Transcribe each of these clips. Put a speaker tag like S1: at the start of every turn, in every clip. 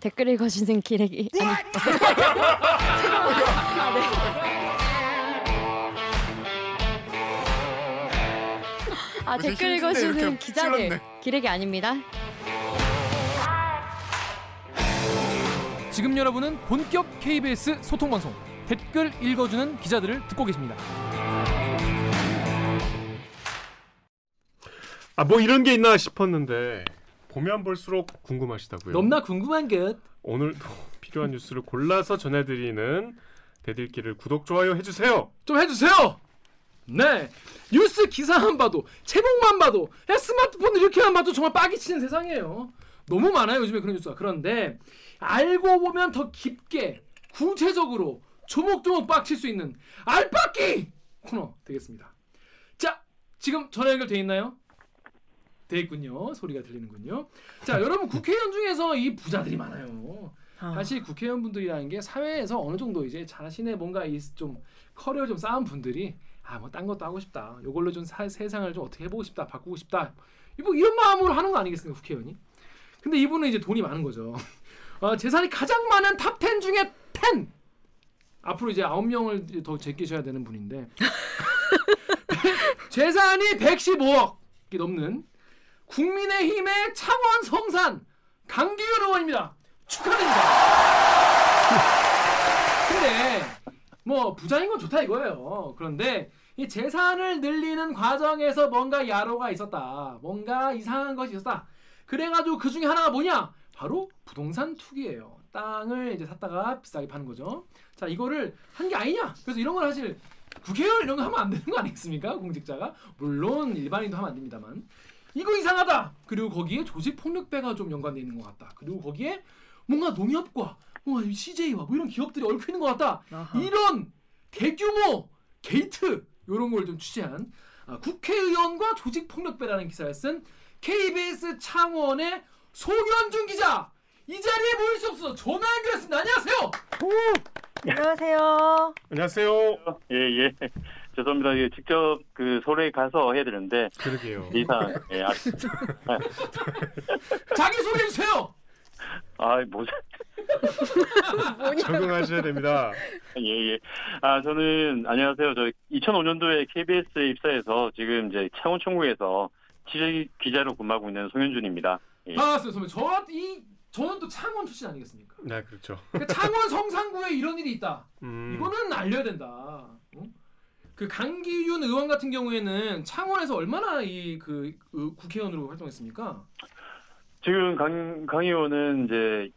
S1: 댓글 읽어주는 기레기
S2: 네.
S1: 아니 아
S2: 요새
S1: 댓글
S2: 힘든데
S1: 읽어주는
S2: 이렇게
S1: 기자들
S2: 찔렀네.
S1: 기레기 아닙니다
S3: 지금 여러분은 본격 KBS 소통 방송 댓글 읽어주는 기자들을 듣고 계십니다.
S4: 아 뭐 이런 게 있나 싶었는데 보면 볼수록 궁금하시다고요.
S5: 넘나 궁금한 것.
S4: 오늘도 필요한 뉴스를 골라서 전해드리는 대들기를 구독 좋아요 해주세요.
S5: 좀 해주세요. 네. 뉴스 기사만 봐도 제목만 봐도 그냥 스마트폰 이렇게만 봐도 정말 빠기치는 세상이에요. 너무 많아요 요즘에 그런 뉴스가. 그런데 알고 보면 더 깊게 구체적으로 조목조목 빡칠 수 있는 알빡기 코너 되겠습니다. 자, 지금 전화 연결돼 있나요? 돼 있군요. 소리가 들리는군요. 자, 여러분 국회의원 중에서 이 부자들이 많아요. 사실 국회의원분들이라는 게 사회에서 어느 정도 이제 자신의 뭔가 이 좀 커리어 좀 쌓은 분들이 아 뭐 딴 것도 하고 싶다. 요걸로 좀 사- 세상을 좀 어떻게 해보고 싶다, 바꾸고 싶다. 뭐 이런 마음으로 하는 거 아니겠습니까 국회의원이? 근데 이분은 이제 돈이 많은 거죠. 어, 재산이 가장 많은 탑 10 중에 10 앞으로 이제 9명을 더 제끼셔야 되는 분인데 재산이 115억이 넘는 국민의힘의 창원 성산 강기윤 의원입니다. 축하드립니다. 근데 뭐 부자인 건 좋다 이거예요. 그런데 이 재산을 늘리는 과정에서 뭔가 야로가 있었다. 뭔가 이상한 것이 있었다. 그래가지고 그 중에 하나가 뭐냐? 바로 부동산 투기예요. 땅을 이제 샀다가 비싸게 파는 거죠. 자 이거를 한 게 아니냐? 그래서 이런 걸 사실 국회의원 이런 거 하면 안 되는 거 아니겠습니까? 공직자가 물론 일반인도 하면 안 됩니다만 이거 이상하다. 그리고 거기에 조직 폭력배가 좀 연관돼 있는 것 같다. 그리고 거기에 뭔가 농협과 뭔가 CJ와 뭐 이런 기업들이 얽혀 있는 것 같다. 이런 대규모 게이트 이런 걸 좀 취재한 아, 국회의원과 조직 폭력배라는 기사를 쓴 KBS 창원의 송현준 기자 이 자리에 모일 수 없어 전화 연결했습니다. 안녕하세요.
S1: 안녕하세요
S4: 안녕하세요.
S6: 예, 예. 죄송합니다. 예, 직접 그 서울에 가서 해야 되는데
S4: 그러게요.
S5: 네.
S6: 이상 예, 아,
S5: 자기 소개해 주세요.
S6: 아, 뭐지?
S4: 적응하셔야 됩니다.
S6: 예, 예. 아, 저는 안녕하세요. 저 2005년도에 KBS에 입사해서 지금 이제 창원 총국에서 취재 기자로 근무하고 있는 송현준입니다. 예.
S5: 반갑습니다. 선배. 저이 저는 또 창원 출신 아니겠습니까?
S4: 네 그렇죠.
S5: 그러니까 창원 성산구에 이런 일이 있다.
S4: 음,
S5: 이거는 알려야 된다. 어? 그 강기윤 의원 같은 경우에는 창원에서 얼마나 이 그 국회의원으로 활동했습니까?
S6: 지금 강, 강 의원은 이제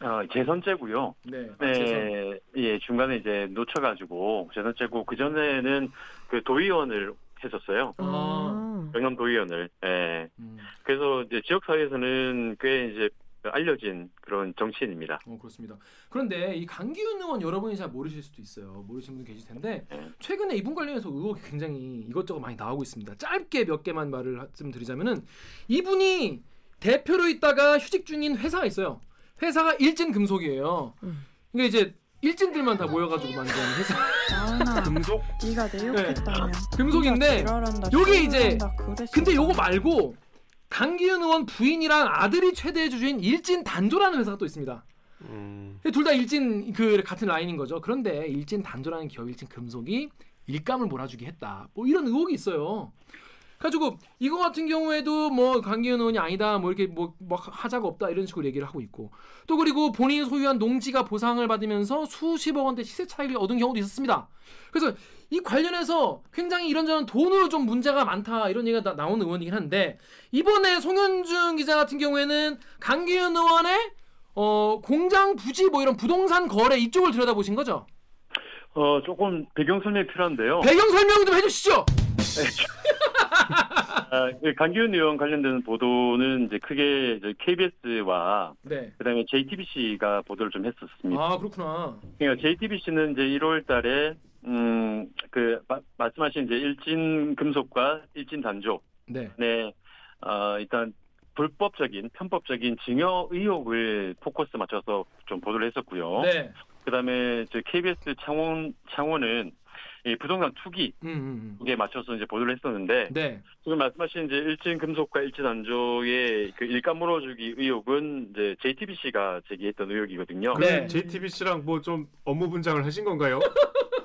S6: 어, 재선제고요.
S5: 네. 아,
S6: 네,
S5: 재선.
S6: 예, 중간에 이제 놓쳐가지고 재선제고 그 전에는 그 도의원을 했었어요.
S5: 아.
S1: 아,
S6: 영남 도의원을. 예.
S5: 음,
S6: 그래서 이제 지역 사회에서는 꽤 이제 알려진 그런 정치인입니다.
S5: 어, 그렇습니다. 그런데 이 강기윤 의원 여러분이 잘 모르실 수도 있어요. 모르시는 분들 계실 텐데
S6: 네.
S5: 최근에 이분 관련해서 의혹이 굉장히 이것저것 많이 나오고 있습니다. 짧게 몇 개만 말을 하- 좀 드리자면은 이분이 대표로 있다가 휴직 중인 회사가 있어요. 회사가 일진금속이에요.
S1: 음.
S5: 그러니까 이제 일진들만 다 모여가지고 만든 회사.
S7: 나은아
S4: 금속
S7: 네가 내 욕했다며
S5: 금속인데
S7: 혼자 지랄한다,
S5: 요게 이제-
S7: 지랄한다 그랬어.
S5: 근데 요거 말고 강기윤 의원 부인이랑 아들이 최대 주주인 일진 단조라는 회사가 또 있습니다.
S4: 음,
S5: 둘 다 일진 그 같은 라인인 거죠. 그런데 일진 단조라는 기업 일진 금속이 일감을 몰아주게 했다. 뭐 이런 의혹이 있어요. 가지고 이거 같은 경우에도 뭐 강기현 의원이 아니다 뭐 이렇게 뭐 막 하자가 없다 이런 식으로 얘기를 하고 있고 또 그리고 본인 소유한 농지가 보상을 받으면서 수십억 원대 시세 차익을 얻은 경우도 있었습니다. 그래서 이 관련해서 굉장히 이런저런 돈으로 좀 문제가 많다 이런 얘기가 나, 나온 의원이긴 한데 이번에 송현준 기자 같은 경우에는 강기현 의원의 어 공장 부지 뭐 이런 부동산 거래 이쪽을 들여다보신 거죠?
S6: 어, 조금 배경 설명이 필요한데요.
S5: 배경 설명 좀 해주시죠.
S6: 아, 그 강기훈 의원 관련된 보도는 이제 크게 이제 KBS와
S5: 네.
S6: 그다음에 JTBC가 보도를 좀 했었습니다.
S5: 아 그렇구나.
S6: 그러니까 JTBC는 이제 1월달에 음, 그 마- 말씀하신 이제 일진 금속과 일진 단조,
S5: 네.
S6: 네, 어, 일단 불법적인 편법적인 증여 의혹을 포커스
S5: 어?
S6: 맞춰서 좀 보도를 했었고요.
S5: 네.
S6: 그다음에 저 KBS 창원 창원은 이 부동산 투기
S5: 음, 음, 음.
S6: 에 맞춰서 이제 보도를 했었는데
S5: 네.
S6: 지금 말씀하신 이제 일진 금속과 일진 안조의 그 일감 물어주기 의혹은 이제 JTBC가 제기했던 의혹이거든요.
S5: 그래. 네.
S4: JTBC랑 뭐 좀 업무 분장을 하신 건가요?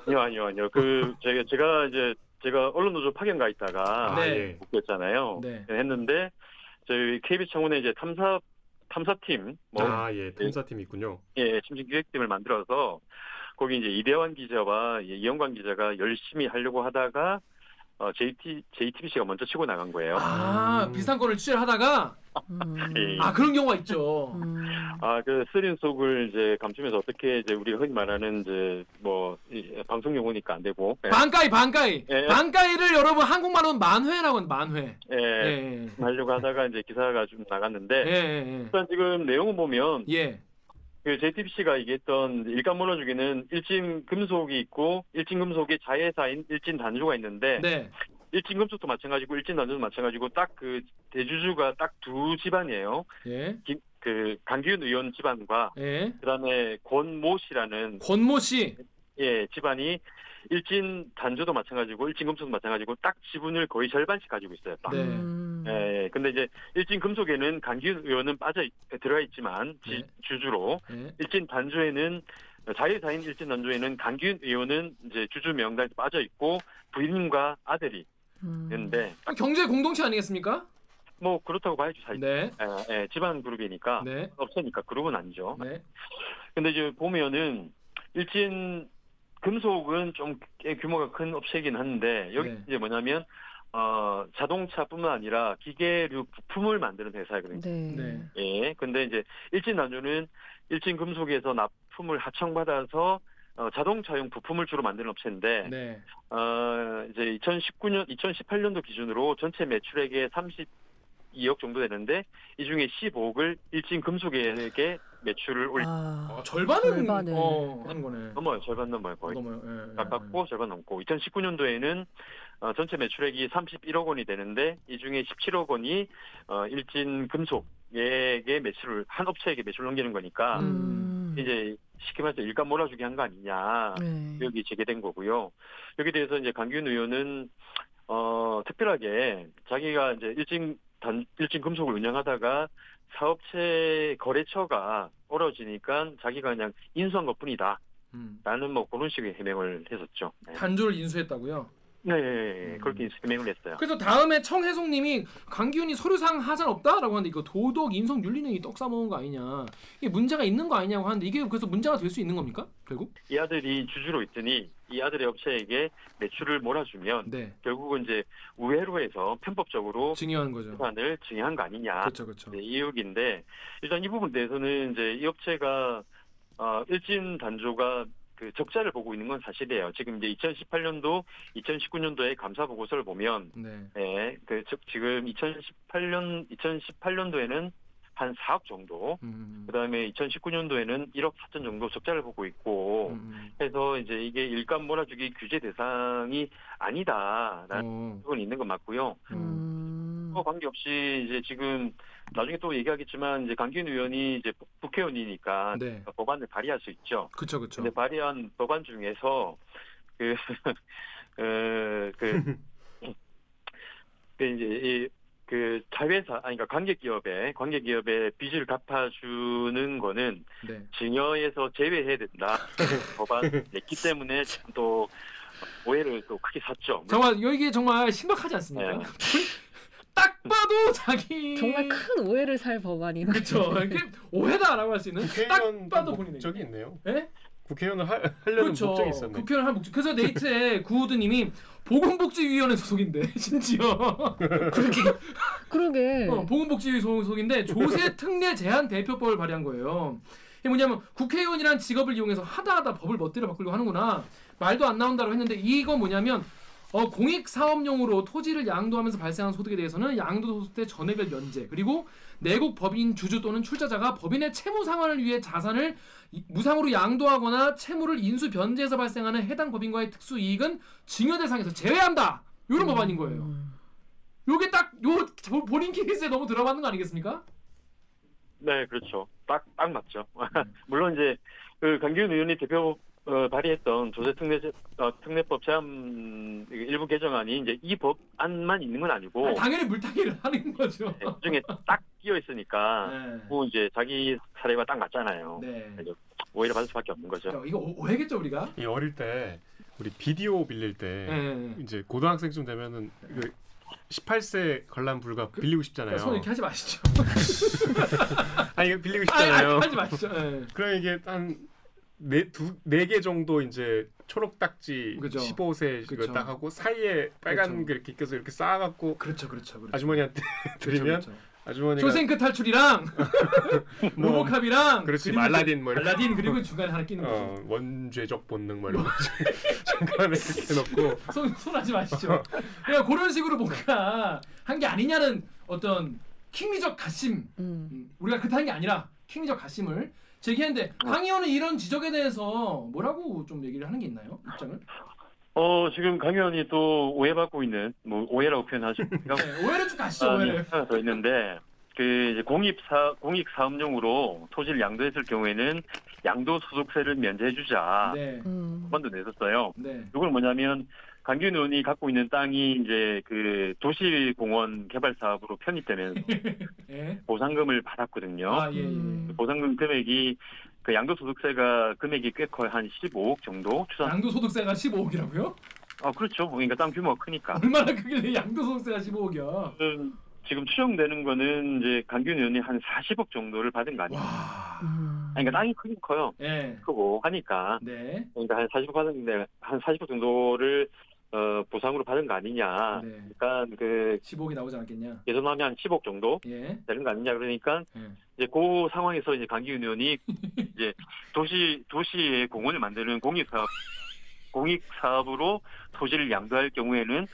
S6: 아니요, 아니요, 아니요. 그 제가 제가 이제 제가 언론 노조 파견 가 있다가
S4: 아,
S5: 네.
S4: 예.
S6: 복귀했잖아요.
S5: 네.
S6: 했는데 저희 KB 청문회 이제 탐사 탐사팀 뭐
S4: 아,
S5: 네.
S4: 예. 탐사팀 있군요.
S6: 예, 심층 기획팀을 만들어서 거기 이제 이대환 기자와 예, 이영관 기자가 열심히 하려고 하다가 어, JT JTBC가 먼저 치고 나간 거예요.
S5: 아,
S4: 음.
S5: 비슷한 거를 취재를 하다가
S6: 예.
S5: 아, 그런 경우가 있죠.
S1: 음.
S6: 아, 그 쓰린 속을 이제 감추면서 어떻게 이제 우리가 흔히 말하는 이제 뭐 이, 방송 용어니까 안 되고 예,
S5: 반가이 반가이.
S6: 예.
S5: 반가이를 여러분 한국말로는 만회라고 하는 만회. 예.
S6: 예,
S5: 예.
S6: 하려고 하다가 이제 기사가 좀 나갔는데
S5: 예. 예.
S6: 일단 지금 내용을 보면
S5: 예. 예.
S6: 그 JTBC가 얘기했던 일감 물어주기는 일진 금속이 있고 일진 금속의 자회사인 일진 단조가 있는데
S5: 네.
S6: 일진 금속도 마찬가지고 일진 단조도 마찬가지고 딱 그 대주주가 딱 두 집안이에요.
S5: 예.
S6: 김- 그 강기훈 의원 집안과
S5: 예.
S6: 그다음에 권모 씨라는
S5: 권모 씨.
S6: 예 집안이 일진 단조도 마찬가지고 일진 금속도 마찬가지고 딱 지분을 거의 절반씩 가지고 있어요. 딱.
S5: 네.
S1: 음.
S6: 예, 예. 근데 이제 일진 금속에는 강기훈 의원은 빠져 있- 들어가 있지만 지-
S5: 네.
S6: 주주로
S5: 예.
S6: 일진 단조에는 자유사인 일진 단조에는 강기훈 의원은 이제 주주 명단에 빠져 있고 부인과 아들이
S1: 음.
S6: 있는데
S5: 아, 경제 공동체 아니겠습니까?
S6: 뭐 그렇다고 봐야죠 사실
S5: 네.
S6: 예, 예, 집안 그룹이니까
S5: 네.
S6: 업체니까 그룹은 아니죠.
S5: 네.
S6: 근데 이제 보면은 일진 금속은 좀 꽤 규모가 큰 업체이긴 한데 여기
S5: 네.
S6: 이제 뭐냐면 어 자동차뿐만 아니라 기계류 부품을 만드는 회사거든요.
S1: 네.
S5: 네.
S6: 예. 근데 이제 일진 남조는 일진 금속에서 납품을 하청받아서 어, 자동차용 부품을 주로 만드는 업체인데
S5: 네.
S6: 어, 이제 2019년, 2018년도 기준으로 전체 매출액의 32억 정도 되는데 이 중에 15억을 일진 금속에게 매출을 올리
S1: 아.
S5: 아, 절반은
S1: 절반을.
S5: 어, 하는 거네.
S6: 넘어요, 절반 넘어요 거의.
S5: 넘어요. 예, 예,
S6: 가깝고 절반 넘고 2019년도에는 어, 전체 매출액이 31억 원이 되는데 이 중에 17억 원이 어, 일진 금속에게 매출을 한 업체에게 매출을 넘기는 거니까
S1: 음.
S6: 이제 쉽게 말해서 일감 몰아주기 한 거 아니냐
S1: 네.
S6: 의혹이 제기된 거고요. 여기 대해서 이제 강균 의원은 어 특별하게 자기가 이제 일진 단 일진 금속을 운영하다가 사업체 거래처가 어려지니까 자기가 그냥 인수한 것뿐이다.
S5: 예. 음.
S6: 라는 뭐 그런 식의 해명을 했었죠. 네,
S5: 단조를 인수했다고요.
S6: 네, 네, 네.
S5: 음.
S6: 그렇게 해명을 했어요.
S5: 그래서 다음에 청혜송님이 강기훈이 서류상 하산 없다라고 하는데 이거 도덕 인성 윤리능이 떡 싸먹은 거 아니냐 이게 문제가 있는 거 아니냐고 하는데 이게 그래서 문제가 될 수 있는 겁니까 결국?
S6: 이 아들이 주주로 있더니 이 아들의 업체에게 매출을 몰아주면
S5: 네
S6: 결국은 이제 우회로 해서 편법적으로
S5: 증여하는 거죠.
S6: 재산을 증여한 거 아니냐.
S5: 그렇죠 그렇죠.
S6: 네, 이 의혹인데 일단 이 부분 대해서는 이제 이 업체가 어, 일진 단조가 그 적자를 보고 있는 건 사실이에요. 지금 이제 2018년도, 2019년도에 감사 보고서를 보면
S5: 네.
S6: 예, 그, 즉, 지금 2018년, 2018년도에는 한 4억 정도,
S5: 음,
S6: 그 다음에 2019년도에는 1억 4천 정도 적자를 보고 있고,
S5: 음,
S6: 해서 이제 이게 일감 몰아주기 규제 대상이 아니다라는
S5: 음.
S6: 부분이 있는 건 맞고요.
S1: 음.
S5: 어,
S6: 그거 뭐 관계없이 이제 지금 나중에 또 얘기하겠지만 이제 강기훈 의원이 이제 부-
S5: 어,
S6: 국회의원이니까
S5: 네.
S6: 법안을 발의할 수 있죠.
S5: 그렇죠 그렇죠.
S6: 근데 발의한 법안 중에서 그, 어, 그, 그 이제 이, 그 자회사 아니 그러니까 관계 기업에 관계 기업에 빚을 갚아주는 거는
S5: 네.
S6: 증여에서 제외해야 된다 법안 냈기 때문에 지금 또 오해를 또 크게
S4: 네.
S6: 샀죠.
S5: 정말 여기 정말 심각하지 않습니까? 그
S6: 네.
S5: 딱 봐도 자기
S1: 정말 큰 오해를 살 법안이네.
S5: 그렇죠. 이게 오해다라고 할 수 있는 딱 봐도 본인의
S4: 뭐 목적이 있네요.
S5: 예?
S4: 국회의원을 하, 하려는
S5: 그렇죠.
S4: 목적이 있었네요.
S5: 국회의원 할 목적. 그래서 네이트에 구호드님이 보건복지위원회 소속인데 심지어
S1: 그러게.
S2: 네.
S5: 어, 보건복지위 소속인데 조세 특례 제한 대표법을 발의한 거예요. 이게 뭐냐면 국회의원이란 직업을 이용해서 하다하다 법을 멋대로 바꾸려고 하는구나 말도 안 나온다고 했는데 이건 뭐냐면 어, 공익 사업용으로 토지를 양도하면서 발생한 소득에 대해서는 양도소득세 전액을 면제 그리고 내국 법인 주주 또는 출자자가 법인의 채무 상환을 위해 자산을 이- 무상으로 양도하거나 채무를 인수 변제해서 발생하는 해당 법인과의 특수 이익은 증여 대상에서 제외한다. 이런 법안인 거예요.
S1: 음.
S5: 요게 딱요 본인 케이스에 너무 들어맞는 거 아니겠습니까? 음.
S6: 네, 그렇죠. 딱, 딱 맞죠. 물론 이제, 그, 강기훈 의원이 대표 어, 발의했던 조세 특례 어, 특례법 제한 일부 개정안이 이제 이 법 안만 있는 건 아니고
S5: 아니, 당연히 물타기를 하는 거죠.
S6: 네, 그중에 딱 끼어 있으니까
S5: 네.
S6: 뭐 이제 자기 사례가 딱 맞잖아요.
S5: 네. 그렇죠.
S6: 오히려 받을 수밖에 없는 거죠.
S5: 야, 이거 오- 오해겠죠 우리가?
S4: 이 어릴 때 우리 비디오 빌릴 때
S5: 네. 네.
S4: 이제 고등학생쯤 되면은 그 18세 관람 불가 빌리고 싶잖아요.
S5: 그 그러니까 손 이렇게 하지 마시죠.
S4: 아니 이거 빌리고
S5: 아니, 아니,
S4: 싶잖아요.
S5: 하지 마시죠. 네.
S4: 그럼 이게 한네두네개 정도 이제 초록 딱지
S5: 그죠.
S4: 15세
S5: 그죠.
S4: 이거 딱 하고 사이에 빨간
S5: 그렇죠.
S4: 게 이렇게 껴서 이렇게 쌓아갖고
S5: 그렇죠, 그렇죠, 그렇죠.
S4: 아주머니한테 드리면
S5: 그렇죠, 그렇죠.
S4: 아주머니가
S5: 쇼생크 탈출이랑
S4: 뭐,
S5: 로보캅이랑
S4: 그렇지
S5: 그리고
S4: 말라딘 뭐 이런
S5: 알라딘 그리고 중간에 하나 끼는 거죠.
S4: 어, 원죄적 본능 뭐 이런 거 중간에 이렇게 놓고
S5: 손, 손 하지 마시죠. 그냥 그런 식으로 뭔가 한 게 아니냐는 어떤 킹리적 가심.
S1: 음.
S5: 음, 우리가 그딴 게 아니라 킹리적 가심을 제기했는데 강의원은 이런 지적에 대해서 뭐라고 좀 얘기를 하는 게 있나요? 입장을?
S6: 어 지금 강 의원이 또 오해받고 있는 뭐 오해라고 표현하죠.
S5: 네, 오해를 좀 가시죠.
S6: 아, 네,
S5: 오해를.
S6: 하나 더 있는데 그 이제 공익사 공익 사업용으로 토지를 양도했을 경우에는 양도 소득세를 면제해주자
S5: 네.
S1: 음.
S6: 한번도 냈었어요.
S5: 네.
S6: 이건 뭐냐면 강균 의원이 갖고 있는 땅이 이제 그 도시공원 개발 사업으로 편입되면서
S5: 예.
S6: 보상금을 받았거든요.
S5: 아, 예, 예.
S1: 음.
S6: 보상금 금액이 그 양도소득세가 금액이 꽤 커요. 한 15억 정도 추산.
S5: 양도소득세가 15억이라고요?
S6: 아 그렇죠. 그러니까 땅 규모가 크니까.
S5: 얼마나 크길래 양도소득세가 15억이야?
S6: 지금, 지금 추정되는 거는 이제 강균 의원이 한 40억 정도를 받은 거 아니에요.
S5: 와.
S1: 음.
S6: 아니, 그러니까 땅이 크긴 커요.
S5: 예.
S6: 크고 하니까
S5: 네.
S6: 그러니까 한 40억 받았는데 한 40억 정도를 어, 보상으로 받은 거 아니냐.
S5: 네.
S6: 그러니까 그
S5: 15억이 나오지 않았겠냐?
S6: 예전하면 한 10억 정도
S5: 예.
S6: 되는 거 아니냐 그러니까
S5: 예.
S6: 이제 그 상황에서 이제 강기훈 의원이 이제 도시 도시의 공원을 만드는 공익 사업 공익 사업으로 토지를 양도할 경우에는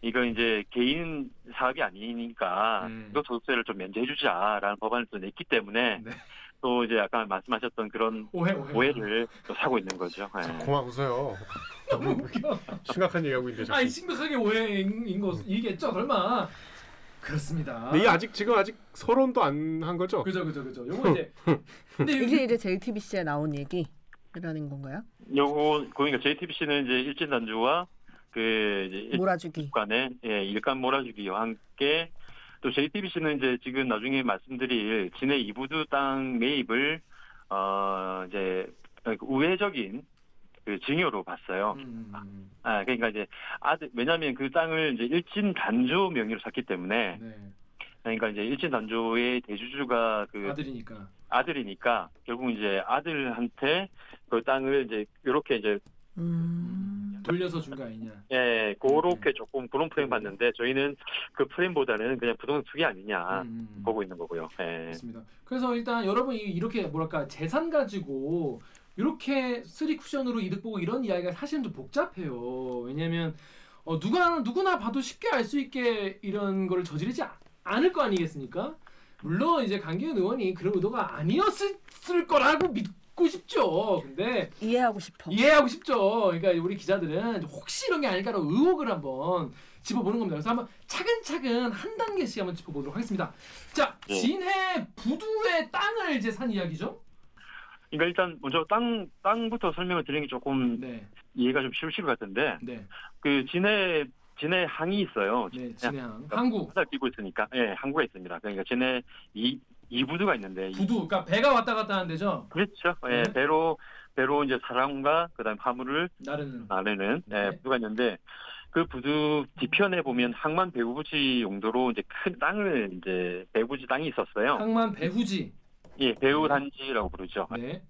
S6: 이건 이제 개인 사업이 아니니까
S5: 음.
S6: 이거 소득세를 좀 면제해주자라는 법안을 또 냈기 때문에
S5: 네.
S6: 또 이제 아까 말씀하셨던 그런
S5: 오해, 오해.
S6: 오해를
S5: 음.
S6: 또 사고 있는 거죠. 예.
S4: 고마 웃어요. 아, 뭐,
S5: 너무 웃겨.
S4: 심각한 얘기하고 있는데 자꾸.
S5: 아니 심각하게 오해인 거이겠죠 설마 그렇습니다.
S6: 네,
S4: 근데 이게 아직 지금 아직 서론도 안 한 거죠?
S5: 그죠 그죠 그죠. 요거 이제 근데
S1: 이게
S5: 이게
S1: 이제 JTBC에 나온 얘기라는 건가요?
S6: 요거 그러니까 JTBC는 이제 일진단주와 그 이제 일-
S1: 몰아주기.
S6: 일간의 예, 일간 몰아주기와 함께 또 JTBC는 이제 지금 나중에 말씀드릴 진해 이부두 땅 매입을 어 이제 우회적인 그 증여로 봤어요.
S5: 음,
S6: 아 그러니까 이제 아들 왜냐하면 그 땅을 이제 일진 단조 명의로 샀기 때문에
S5: 네.
S6: 그러니까 이제 일진 단조의 대주주가 그
S5: 아들이니까
S6: 아들이니까 결국 이제 아들한테 그 땅을 이제 이렇게 이제
S1: 음.
S5: 돌려서 준 거 아니냐.
S6: 예
S5: 음.
S6: 그렇게 조금 그런 프레임 봤는데 저희는 그 프레임보다는 그냥 부동산 투기 아니냐
S5: 음,
S6: 보고 있는 거고요. 예.
S5: 그렇습니다. 그래서 일단 여러분 이- 이렇게 뭐랄까 재산 가지고 이렇게 쓰리 쿠션으로 이득 보고 이런 이야기가 사실은 좀 복잡해요. 왜냐면 어, 누가 누구나 봐도 쉽게 알 수 있게 이런 거를 저지르지 아- 않을 거 아니겠습니까? 물론 이제 강기훈 의원이 그런 의도가 아니었을 거라고 믿고 싶죠. 근데
S1: 이해하고 싶어.
S5: 이해하고 싶죠. 그러니까 우리 기자들은 혹시 이런 게 아닐까라는 의혹을 한번 짚어보는 겁니다. 그래서 한번 차근차근 한 단계씩 한번 짚어보도록 하겠습니다. 자,
S6: 네.
S5: 진해 부두의 땅을 이제 산 이야기죠.
S6: 그러니까 일단 먼저 땅 땅부터 설명을 드리는 게 조금
S5: 네,
S6: 이해가 좀 쉬우실 것 같은데
S5: 네,
S6: 그 진해 진해 항이 있어요.
S5: 네, 진해항, 항구,
S6: 바다 끼고 있으니까 예, 항구가 있습니다. 그러니까 진해 이 이부두가 있는데 이-
S5: 부두. 그러니까 배가 왔다 갔다 하는 데죠.
S6: 그렇죠. 예,
S5: 네.
S6: 배로 배로 이제 사람과 그다음 화물을
S5: 나르는.
S6: 나르는 예,
S5: 네.
S6: 부두가 있는데 그 부두 뒤편에 보면 항만 배후부지 용도로 이제 큰 땅을 이제 배후부지 땅이 있었어요.
S5: 항만 배후지.
S6: 예, 배후 단지라고 부르죠.
S5: 네,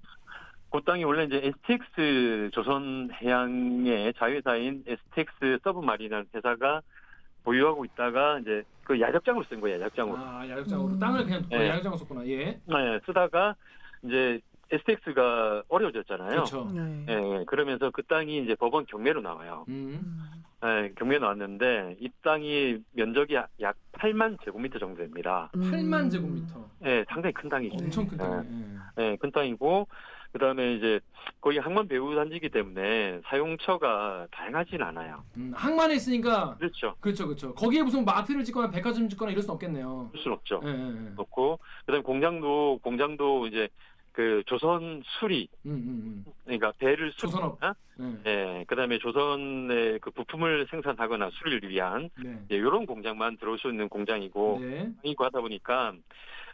S6: 그 땅이 원래 이제 STX 조선 해양의 자회사인 STX 서브마린이라는 회사가 보유하고 있다가 이제 그 야적장으로 쓴 거예요. 야적장으로
S5: 아 야력장으로
S1: 음.
S5: 땅을 그냥
S6: 네.
S5: 야력장으로 썼구나. 예,
S6: 네, 쓰다가 이제 STX가 어려워졌잖아요.
S5: 그렇죠.
S1: 네.
S6: 예, 예. 그러면서 그 땅이 이제 법원 경매로 나와요.
S5: 음,
S1: 음.
S6: 예, 경매 나왔는데 이 땅이 면적이 약- 약 8만 제곱미터 정도 됩니다.
S5: 8만 제곱미터.
S6: 예, 상당히 큰 땅이죠.
S5: 엄청 큰
S6: 예.
S5: 땅이에요.
S6: 네, 큰 땅이고 그다음에 이제 거의 항만 배후 단지이기 때문에 사용처가 다양하진 않아요.
S5: 음, 항만에 있으니까
S6: 그렇죠.
S5: 그렇죠, 그렇죠. 거기에 무슨 마트를 짓거나 백화점 짓거나 이럴 순 없겠네요.
S6: 그렇죠. 그럴 순 없죠.
S5: 예, 예, 예.
S6: 없고 그다음에 공장도 공장도 이제 그 조선 수리
S5: 음, 음,
S6: 그러니까 배를
S5: 조선업.
S6: 수리하거나
S5: 음. 네.
S6: 예, 그다음에 조선의 그 부품을 생산하거나 수리를 위한
S5: 네.
S6: 예, 이런 공장만 들어올 수 있는 공장이고
S5: 네.
S6: 이고 하다 보니까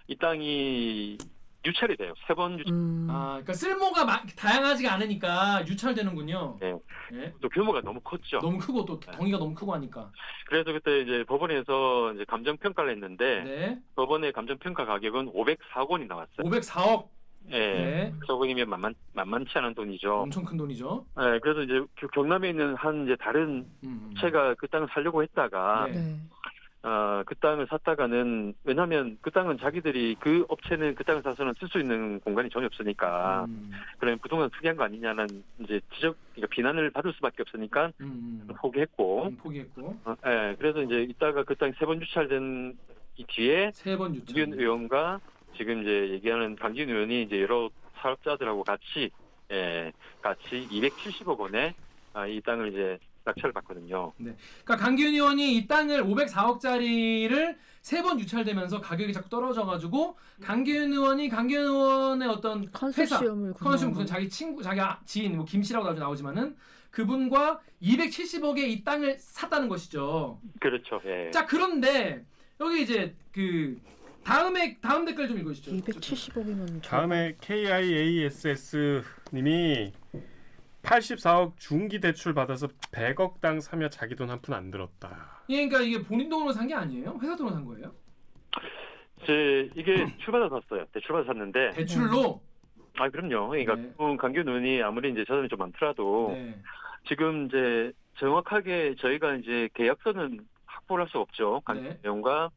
S6: 이 땅이 유찰이 돼요. 세 번 유찰.
S1: 음.
S5: 아, 그러니까 쓸모가 마- 다양하지가 않으니까 유찰되는군요.
S6: 네. 그렇죠.
S5: 네.
S6: 또 규모가 너무 컸죠. 네.
S5: 너무 크고 또 덩이가 너무 크고 하니까.
S6: 그래서 그때 이제 법원에서 이제 감정 평가를 했는데
S5: 네.
S6: 법원의 감정 평가 가격은 504억 원이 나왔어요.
S5: 504억.
S6: 예.
S5: 네. 음.
S6: 서구님의 만만 만만치 않은 돈이죠.
S5: 엄청 큰 돈이죠.
S6: 예, 그래서 이제 그 경남에 있는 한 이제 다른
S5: 음. 음.
S6: 채가 그 땅을 살려고 했다가
S5: 네.
S1: 네.
S6: 어, 그 땅을 샀다가는 왜냐하면 그 땅은 자기들이 그 업체는 그 땅을 사서는 쓸 수 있는 공간이 전혀 없으니까
S5: 음.
S6: 그러면 부동산 투기한 거 아니냐는 이제 지적 그러니까 비난을 받을 수밖에 없으니까
S5: 음. 음.
S6: 포기했고
S5: 음, 포기했고
S6: 어, 예, 그래서 이제 이따가 그 땅이 세 번 유찰된 이 뒤에
S5: 세 번
S6: 김기현
S5: 유찰.
S6: 의원과 지금 이제 얘기하는 강진 의원이 이제 여러 사업자들하고 같이 예, 같이 270억 원에 아, 이 땅을 이제 낙찰을 받거든요.
S5: 그러니까 강기훈 의원이 이 땅을 504억짜리를 세 번 유찰되면서 가격이 자꾸 떨어져가지고 강기훈 의원이 강기훈 의원의 어떤 회사
S1: 컨소시엄을
S5: 컨슈 무슨 자기 친구 자기 아- 지인 뭐 김씨라고 나중에 나오지만은 그분과 270억에 이 땅을 샀다는 것이죠.
S6: 그렇죠. 예.
S5: 자 그런데 여기 이제 그 다음에 다음 댓글 좀 읽어주시죠.
S1: 270억이면
S4: 다음에 KIASS 님이 84억 중기 대출 받아서 100억 당 사며 자기 돈 한 푼 안 들었다.
S5: 예, 그러니까 이게 본인 돈으로 산 게 아니에요? 회사 돈으로 산 거예요?
S6: 이제 이게 출발을 샀어요. 네, 대출받아
S5: 네.
S6: 샀는데
S5: 대출로.
S6: 아 그럼요. 그러니까
S5: 네.
S6: 그분 강균 의원이 아무리 이제 자산이 좀 많더라도
S5: 네.
S6: 지금 이제 정확하게 저희가 이제 계약서는 확보를 할 수 없죠. 강균
S5: 네.
S6: 의원과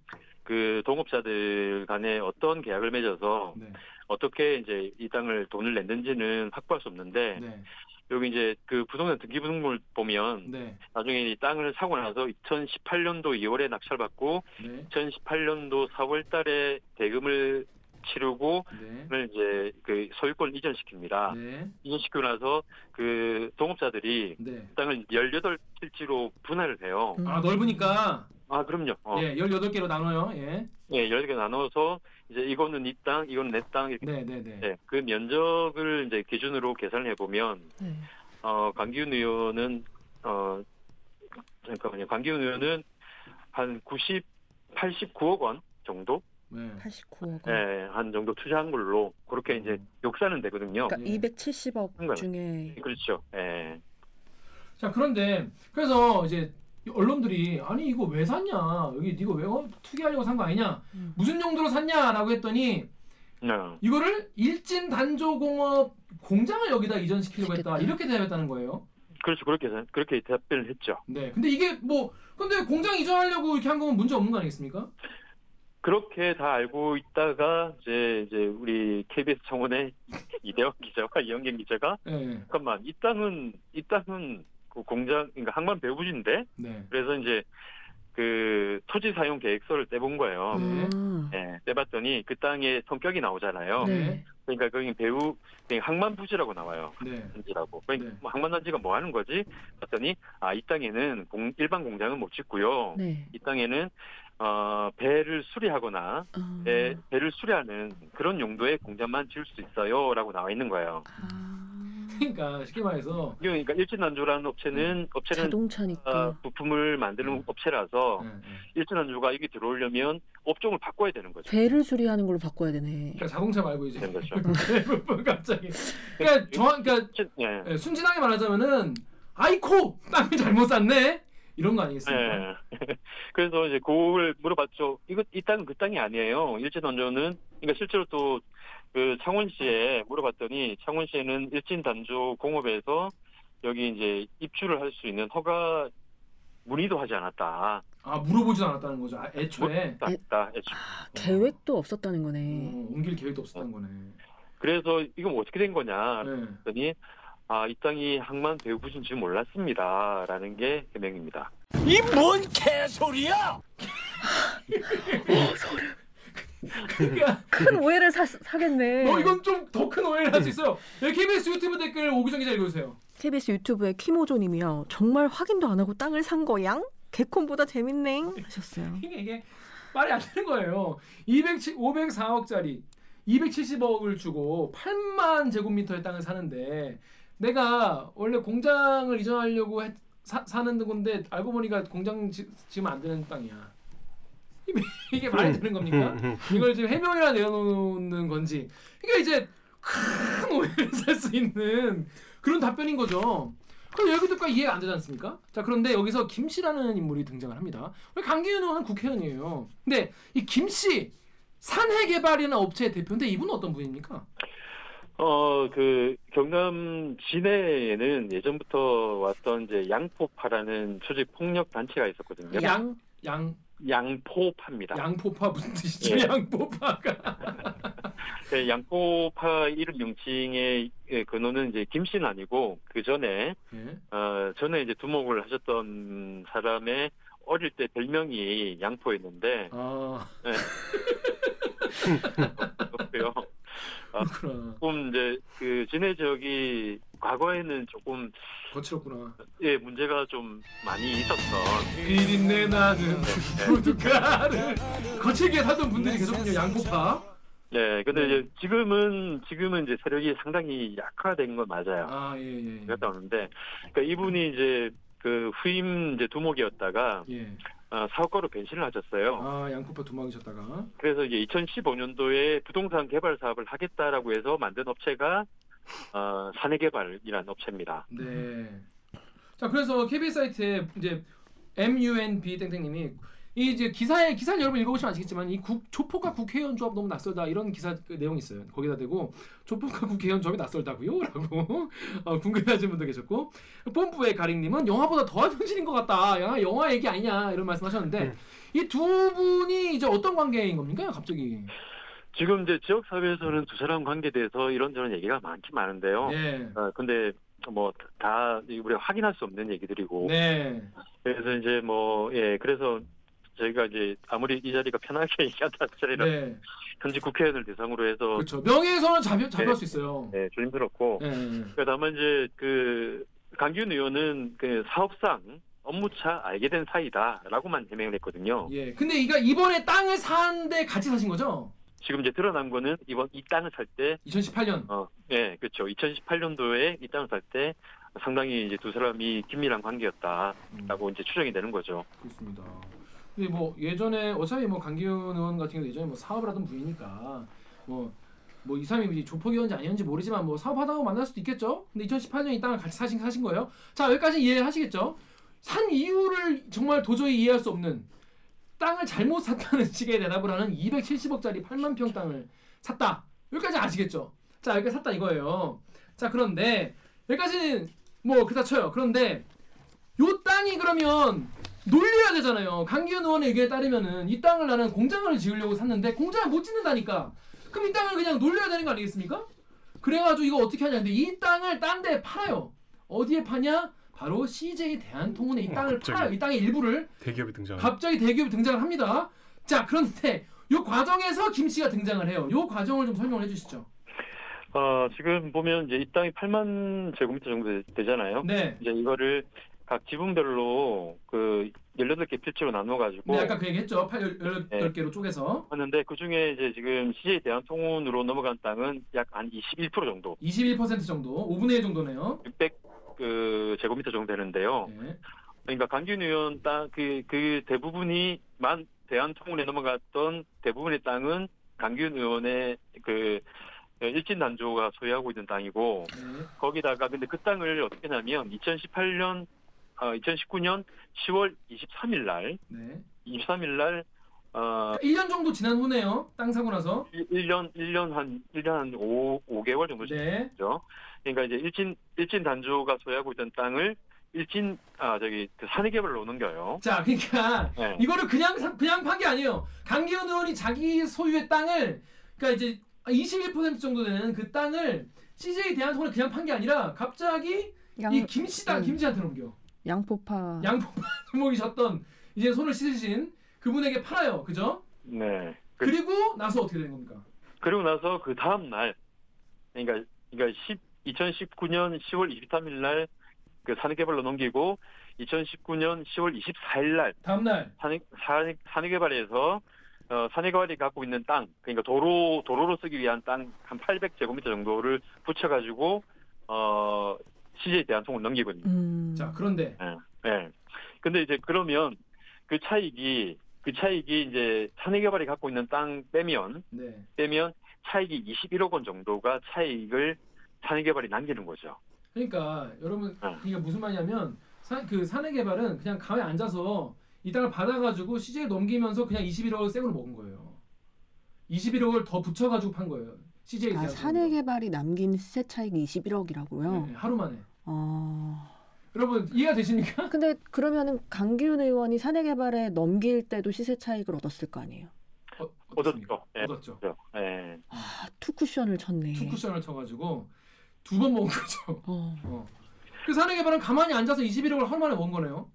S6: 그 동업자들 간에 어떤 계약을 맺어서
S5: 네.
S6: 어떻게 이제 이 땅을 돈을 냈는지는 확보할 수 없는데
S5: 네.
S6: 여기 이제 그 부동산 등기부등본을 보면
S5: 네.
S6: 나중에 이 땅을 사고 나서 2018년도 2월에 낙찰받고
S5: 네.
S6: 2018년도 4월달에 대금을 치르고
S5: 네.
S6: 을 이제 그 소유권 이전시킵니다.
S5: 네.
S6: 이전시키고 나서 그 동업자들이
S5: 네.
S6: 땅을 18필지로 분할을 해요.
S1: 음.
S5: 아 넓으니까
S6: 아 그럼요. 어.
S5: 예, 18개로 나눠요. 예.
S6: 예, 18개 나눠서 이제 이거는 이 땅, 이거는 내 땅 이렇게
S5: 네, 네, 네.
S6: 네, 그 면적을 이제 기준으로 계산을 해보면
S1: 네.
S6: 어, 강기훈 의원은 어 잠깐만요. 강기훈 의원은 한 90, 89억 원 정도,
S5: 네.
S1: 89억.
S6: 예, 한 정도 투자한 걸로 그렇게 그러니까 이제 역산은 되거든요.
S1: 음. 그러니까
S5: 예.
S1: 270억
S5: 네.
S6: 상관없-
S1: 중에
S6: 그렇죠. 예.
S5: 자, 그런데 그래서 이제 언론들이 아니 이거 왜 샀냐? 여기 이거 왜 어, 투기하려고 산 거 아니냐?
S1: 음.
S5: 무슨 용도로 샀냐라고 했더니
S6: 네.
S5: 이거를 일진 단조 공업 공장을 여기다 이전시키려고 했다.
S1: 그랬다.
S5: 이렇게 대답했다는 거예요.
S6: 그렇죠. 그렇게 해서- 그렇게 답변을 했죠.
S5: 네. 근데 이게 뭐 근데 공장 이전하려고 이렇게 한 거면 문제 없는 거 아니겠습니까?
S6: 그렇게 다 알고 있다가 이제 이제 우리 KBS 청원의 이대원 기자와 이영경 기자가
S5: 예. 네.
S6: 잠깐만 이 땅은 이 땅은 그 공장 그러니까 항만 배우부지인데
S5: 네.
S6: 그래서 이제 그 토지 사용 계획서를 떼본 거예요.
S5: 네.
S1: 음.
S6: 예, 떼봤더니 그 땅의 성격이 나오잖아요.
S1: 네.
S6: 그러니까 거기 배우 그냥 항만 부지라고 나와요.
S5: 네.
S6: 단지라고. 그러니까
S5: 네.
S6: 뭐 항만 단지가 뭐 하는 거지? 봤더니 아 이 땅에는 공- 일반 공장은 못 짓고요.
S1: 네.
S6: 이 땅에는 어, 배를 수리하거나
S1: 어.
S5: 네.
S6: 배, 배를 수리하는 그런 용도의 공장만 지을 수 있어요라고 나와 있는 거예요.
S1: 아.
S5: 그러니까 쉽게 말해서
S6: 그러니까 일진난조라는 업체는 업체는 아,
S1: 음. 자동차니까. 음.
S6: 부품을 만드는
S5: 네.
S6: 업체라서
S5: 예, 예.
S6: 일진난조가 여기 들어오려면 업종을 바꿔야 되는 거죠.
S1: 배를 수리하는 걸로 바꿔야 되네.
S5: 그러니까 자동차 말고 이제
S6: 되는 거죠.
S5: 갑자기 그러니까 정확 그러니까
S6: 진- 예.
S5: 예, 순진하게 말하자면은 아이코 땅을 잘못 샀네 이런 거 아니겠습니까?
S6: 예. 그래서 이제 그걸 물어봤죠. 이거 이 땅은 그 땅이 아니에요. 일진 단조는 그러니까 실제로 또 그 창원시에 물어봤더니 창원시에는 일진 단조 공업에서 여기 이제 입주를 할 수 있는 허가 문의도 하지 않았다.
S5: 아 물어보지도 않았다는 거죠. 아, 애초에
S6: 딱, 딱, 애초에.
S1: 아, 계획도 없었다는
S2: 뭐,
S5: 어,
S1: 거네.
S5: 옮길 계획도 없었던 거네.
S6: 그래서 이건 어떻게 된 거냐
S5: 예.
S6: 그랬더니 아 이 땅이 항만 배우부신 줄 몰랐습니다라는 게 해명입니다.
S5: 그러니까
S1: 큰 오해를 사,
S2: 아.
S1: 사겠네.
S5: 뭐 이건 좀 더 큰 오해를 할 수 있어요. 예, KBS 유튜브 댓글 오기정 기자 읽어주세요.
S1: KBS 유튜브의 키모조님이요. 정말 확인도 안 하고 땅을 산 거양? 개콘보다 재밌네 하셨어요.
S5: 이게 이게 말이 안 되는 거예요. 200 504억짜리 270억을 주고 8만 제곱미터의 땅을 사는데 내가 원래 공장을 이전하려고 했- 사, 사는 건데 알고 보니까 공장 지, 지으면 안 되는 땅이야. 이게- 이게 말이 되는
S4: 음,
S5: 겁니까?
S6: 음,
S5: 이걸 지금 해명이라 내놓는 건지. 그러니까 이제 큰 오해를 살 수 있는 그런 답변인 거죠. 그럼 여기까지 이해가 안 되지 않습니까? 자 그런데 여기서 김 씨라는 인물이 등장을 합니다. 우리 강기윤 의원은 국회의원이에요. 근데 이 김 씨 산해 개발이나 업체의 대표인데 이분은 어떤 분입니까?
S6: 어, 그, 경남 진해에는 예전부터 왔던 이제 양포파라는 조직 폭력 단체가 있었거든요.
S5: 양, 양,
S6: 양포파입니다.
S5: 양포파 무슨 뜻이죠?
S6: 예.
S5: 양포파가
S6: 네, 양포파 이름 명칭의 예, 근원은 이제 김씨는 아니고 그 전에
S5: 예.
S6: 어 전에 이제 두목을 하셨던 사람의 어릴 때 별명이 양포였는데
S5: 아
S6: 그렇고요.
S5: 그렇구나
S6: 조금 이제 그 진해 지역이 과거에는 조금
S5: 거칠었구나.
S6: 예 문제가 좀 많이 있었던
S5: 비린내 나는 부두가를 거칠게 살던 분들이 계셨군요. 양포파.
S6: 네 근데
S5: 네.
S6: 이제 지금은 지금은 이제 세력이 상당히 약화된 건 맞아요.
S5: 아 예예.
S6: 그랬다 오는데 그러니까 이분이 이제 그 후임 이제 두목이었다가
S5: 예. 예.
S6: 어, 사업가로 변신을 하셨어요.
S5: 아 양포파 도망이셨다가.
S6: 그래서 이제 2015년도에 부동산 개발 사업을 하겠다라고 해서 만든 업체가 어, 사내개발이라는 업체입니다. 음.
S5: 네. 자 그래서 KBS 사이트에 이제 MUNB 땡땡님이 이 이제 기사에 기사 여러분 읽어보시면 아시겠지만 이 국, 조폭과 국회의원 조합 너무 낯설다 이런 기사 그 내용이 있어요. 거기다 대고 조폭과 국회의원 조합이 낯설다고요?라고 어, 궁금해하시는 분도 계셨고 뽐뿌의 가링님은 영화보다 더한 현실인 것 같다. 야, 영화 얘기 아니냐 이런
S6: 음.
S5: 말씀하셨는데 이 두 분이 이제 어떤 관계인 겁니까? 갑자기.
S6: 지금 이제 지역 사회에서는 두 사람 관계에 대해서 이런저런 얘기가 많긴 많은데요.
S5: 네.
S6: 어, 근데 뭐 다 우리가 확인할 수 없는 얘기들이고
S5: 네.
S6: 그래서 이제 뭐 예 그래서 저희가 이제 아무리 이 자리가 편하게 얘기하다 자리라
S5: 네.
S6: 현지 국회의원을 대상으로 해서
S5: 그렇죠. 명예훼손은 잡혀 잡힐
S6: 어. 네.
S5: 수 있어요.
S6: 예, 좀 힘들었고
S5: 그 네. 네.
S6: 그 다만 이제 그 강기훈 의원은 그 사업상 업무차 알게 된 사이다라고만 해명을 했거든요.
S5: 예. 근데 이가 이번에 땅을 사는데 같이 사신 거죠?
S6: 지금 이제 드러난 거는 이번 이 땅을 살 때,
S5: 2018년.
S6: 어, 예, 그렇죠. 2018년도에 이 땅을 살 때 상당히 이제 두 사람이 긴밀한 관계였다라고
S5: 음,
S6: 이제 추정이 되는 거죠.
S5: 그렇습니다. 근데 뭐 예전에 어차피 뭐 강기훈 의원 같은 경우 예전에 뭐 사업을 하던 분이니까 뭐 뭐 이 사람이 이제 조폭이었는지 아니었는지 모르지만 뭐 사업하다가 만날 수도 있겠죠. 근데 2018년 이 땅을 같이 사신 사신 거예요. 자 여기까지 이해하시겠죠? 산 이유를 정말 도저히 이해할 수 없는 땅을 잘못 샀다는 식의 대답을 하는 270억짜리 8만 평 땅을 샀다. 여기까지 아시겠죠? 자 여기까지 샀다 이거예요. 자 그런데 여기까지는 뭐 그다 쳐요. 그런데 요 땅이 그러면 놀려야 되잖아요. 강기현 의원의 의견에 따르면은 이 땅을 나는 공장을 지으려고 샀는데 공장을 못 짓는다니까. 그럼 이 땅을 그냥 놀려야 되는 거 아니겠습니까? 그래가지고 이거 어떻게 하냐 근데 이 땅을 딴 데 팔아요. 어디에 파냐? 바로 CJ 대한통운에 이
S4: 어,
S5: 땅을
S4: 갑자기.
S5: 팔아요. 이 땅의 일부를
S4: 대기업이 등장하는
S5: 갑자기 대기업이 등장을 합니다. 자, 그런데 요 과정에서 김 씨가 등장을 해요. 요 과정을 좀 설명을 해주시죠.
S6: 어, 지금 보면 이제 이 땅이 8만 제곱미터 정도 되- 되잖아요.
S5: 네.
S6: 이제 이거를 각 지분별로 그 18개 필지로 나눠가지고
S5: 네, 아까 그 얘기했죠. 8,
S6: 뭐 네.
S5: 18개로 쪼개서.
S6: 하는데 그 중에 이제 지금 CJ 대한통운으로 넘어간 땅은 약 한 21% 정도,
S5: 21% 정도, 5분의 1 정도네요.
S6: 600그 제곱미터 정도 되는데요.
S5: 네.
S6: 그러니까 강균 의원 땅그그 대부분이 만 대한통운에 넘어갔던 대부분의 땅은 강균 의원의 그 일진 단조가 소유하고 있는 땅이고
S5: 네.
S6: 거기다가 근데 그 땅을 어떻게 하냐면 2018년 아 2019년 10월 23일 날
S5: 네.
S6: 23일 날 어,
S5: 1년 정도 지난 후네요. 땅 사고 나서.
S6: 1년 1년 한 1년 한 5, 5개월 정도
S5: 네.
S6: 죠 그러니까 이제 일진 일진 단조가 소유하고 있던 땅을 일진 아 저기 그 산해개발로 넘겨요.
S5: 자, 그러니까
S6: 네.
S5: 이거를 그냥 사- 그냥 판 게 아니에요. 강기현 의원이 자기 소유의 땅을 그러니까 이제 21% 정도 되는 그 땅을 CJ 대한통운에 그냥 판 게 아니라 갑자기
S1: 양,
S5: 이 김씨 땅
S1: 음.
S5: 김씨한테 넘겨.
S1: 양포파
S5: 양복만 주먹이셨던 이제 손을 씻으신 그분에게 팔아요. 그죠?
S6: 네. 그-
S5: 그리고 나서 어떻게 되는 겁니까?
S6: 그리고 나서 그 다음 날 그러니까 그러니까 10, 2019년 10월 23일 날 그 산해개발로 넘기고 2019년 10월 24일 날
S5: 다음 날.
S6: 산해, 산해, 산해개발에서 어, 산해과열이 갖고 있는 땅, 그러니까 도로 도로로 쓰기 위한 땅 한 800제곱미터 정도를 붙여가지고 어, CJ 대한통운 넘기거든요.
S1: 음.
S2: 아,
S5: 자 그런데
S6: 네. 근데 이제 그러면 그 차익이 그 차익이 이제 산해개발이 갖고 있는 땅 빼면
S5: 네.
S6: 빼면 차익이 21억 원 정도가 차익을 산해개발이 남기는 거죠.
S5: 그러니까 여러분
S6: 어.
S5: 이게 무슨 말이냐면 산, 그 산해 개발은 그냥 가만히 앉아서 이 땅을 받아가지고 CJ 넘기면서 그냥 21억을 쌩으로 먹은 거예요. 21억을 더 붙여가지고 판 거예요. CJ
S2: 아,
S5: 대한민국.
S2: 산해 개발이 남긴 시세 차익 21억이라고요.
S5: 네, 하루 만에.
S2: 어.
S5: 여러분 이해가 되십니까?
S2: 근데 그러면은 강기훈 의원이 산해 개발에 넘길 때도 시세 차익을 얻었을 거 아니에요.
S5: 어, 어떻습니까?
S6: 얻었죠. 예.
S5: 얻었죠.
S6: 그렇죠. 예.
S2: 아, 투 쿠션을 쳤네.
S5: 투 쿠션을 쳐가지고 두 번 먹은 거죠.
S2: 어.
S5: 어. 그 산해 개발은 가만히 앉아서 21억을 하루 만에 먹은 거네요.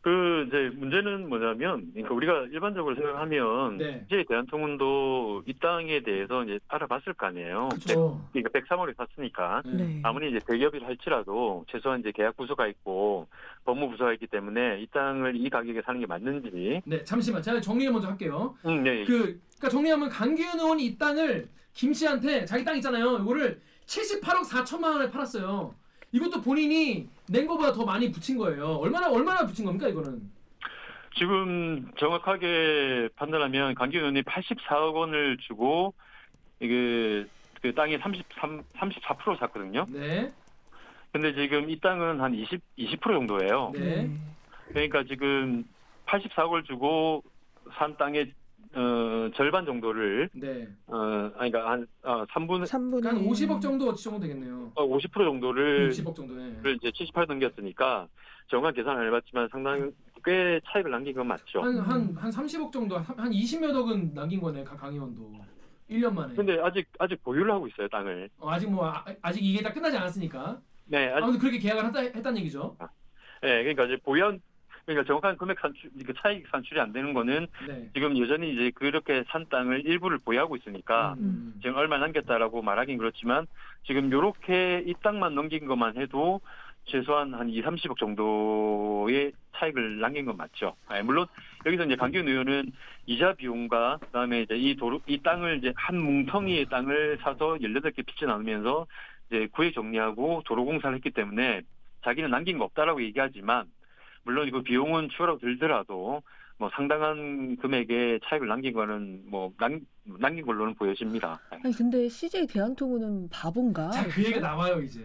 S6: 그 이제 문제는 뭐냐면 그러니까 우리가 일반적으로 생각하면
S5: 네.
S6: CJ 대한통운도 이 땅에 대해서 이제 알아봤을 거 아니에요.
S5: 그렇죠.
S6: 백- 그러니까 103억에 샀으니까
S1: 네.
S5: 음.
S6: 아무리 이제 대기업이라 할지라도 최소한 이제 계약 부서가 있고 법무 부서가 있기 때문에 이 땅을 이 가격에 사는 게 맞는지.
S5: 네, 잠시만 제가 정리 먼저 할게요.
S6: 음, 네.
S5: 그 그러니까 정리하면 강기현 의원이 이 땅을 김 씨한테 자기 땅 있잖아요. 이거를 78억 4천만 원에 팔았어요. 이것도 본인이 낸 거보다 더 많이 붙인 거예요. 얼마나 얼마나 붙인 겁니까 이거는?
S6: 지금 정확하게 판단하면 강기훈 의원이 84억 원을 주고 이게 그 땅이 33 34% 샀거든요.
S5: 네,
S6: 근데 지금 이 땅은 한 20 20% 정도예요.
S5: 네,
S6: 그러니까 지금 84억을 주고 산 땅의 어, 절반 정도를
S5: 네.
S6: 어 아니 그러니까 한 어, 3분의
S1: 3분의
S5: 그러니까 한 50억 정도 어찌 정도 되겠네요.
S6: 어, 50% 정도를
S5: 60억 정도에.
S6: 를 이제 78 넘겼으니까 정확한 계산을 안 해봤지만 상당히 꽤 차익을 남긴 건 맞죠.
S5: 음. 한한한 30억 정도 한 20몇 억은 남긴 거네 강- 강 의원도 1년 만에.
S6: 근데 아직 아직 보유를 하고 있어요 땅을.
S5: 어, 아직 뭐 아, 아직 이게 다 끝나지 않았으니까
S6: 네, 아직
S5: 아무튼 그렇게 계약을 했다 했다는 얘기죠.
S6: 예, 그러니까 이제 보유한 그러니까 정확한 금액 산출, 그 차익 산출이 안 되는 거는
S5: 네.
S6: 지금 여전히 이제 그렇게 산 땅을 일부를 보유하고 있으니까
S5: 음.
S6: 지금 얼마 남겼다라고 말하긴 그렇지만 지금 요렇게 이 땅만 넘긴 것만 해도 최소한 한 2, 30억 정도의 차익을 남긴 건 맞죠. 예, 물론 여기서 이제 강기훈 의원은 이자 비용과 그다음에 이제 이 도로 이 땅을 이제 한 뭉텅이의 땅을 사서 18개 빚져 나누면서 이제 구획 정리하고 도로 공사를 했기 때문에 자기는 남긴 거 없다라고 얘기하지만 물론 이거 비용은 추가로 들더라도 뭐 상당한 금액의 차익을 남긴 거는 뭐 남, 남긴 걸로는 보여집니다. 네.
S2: 아니 근데 CJ 대한통운은 바본가?
S5: 자, 그 얘기가 나와요 이제.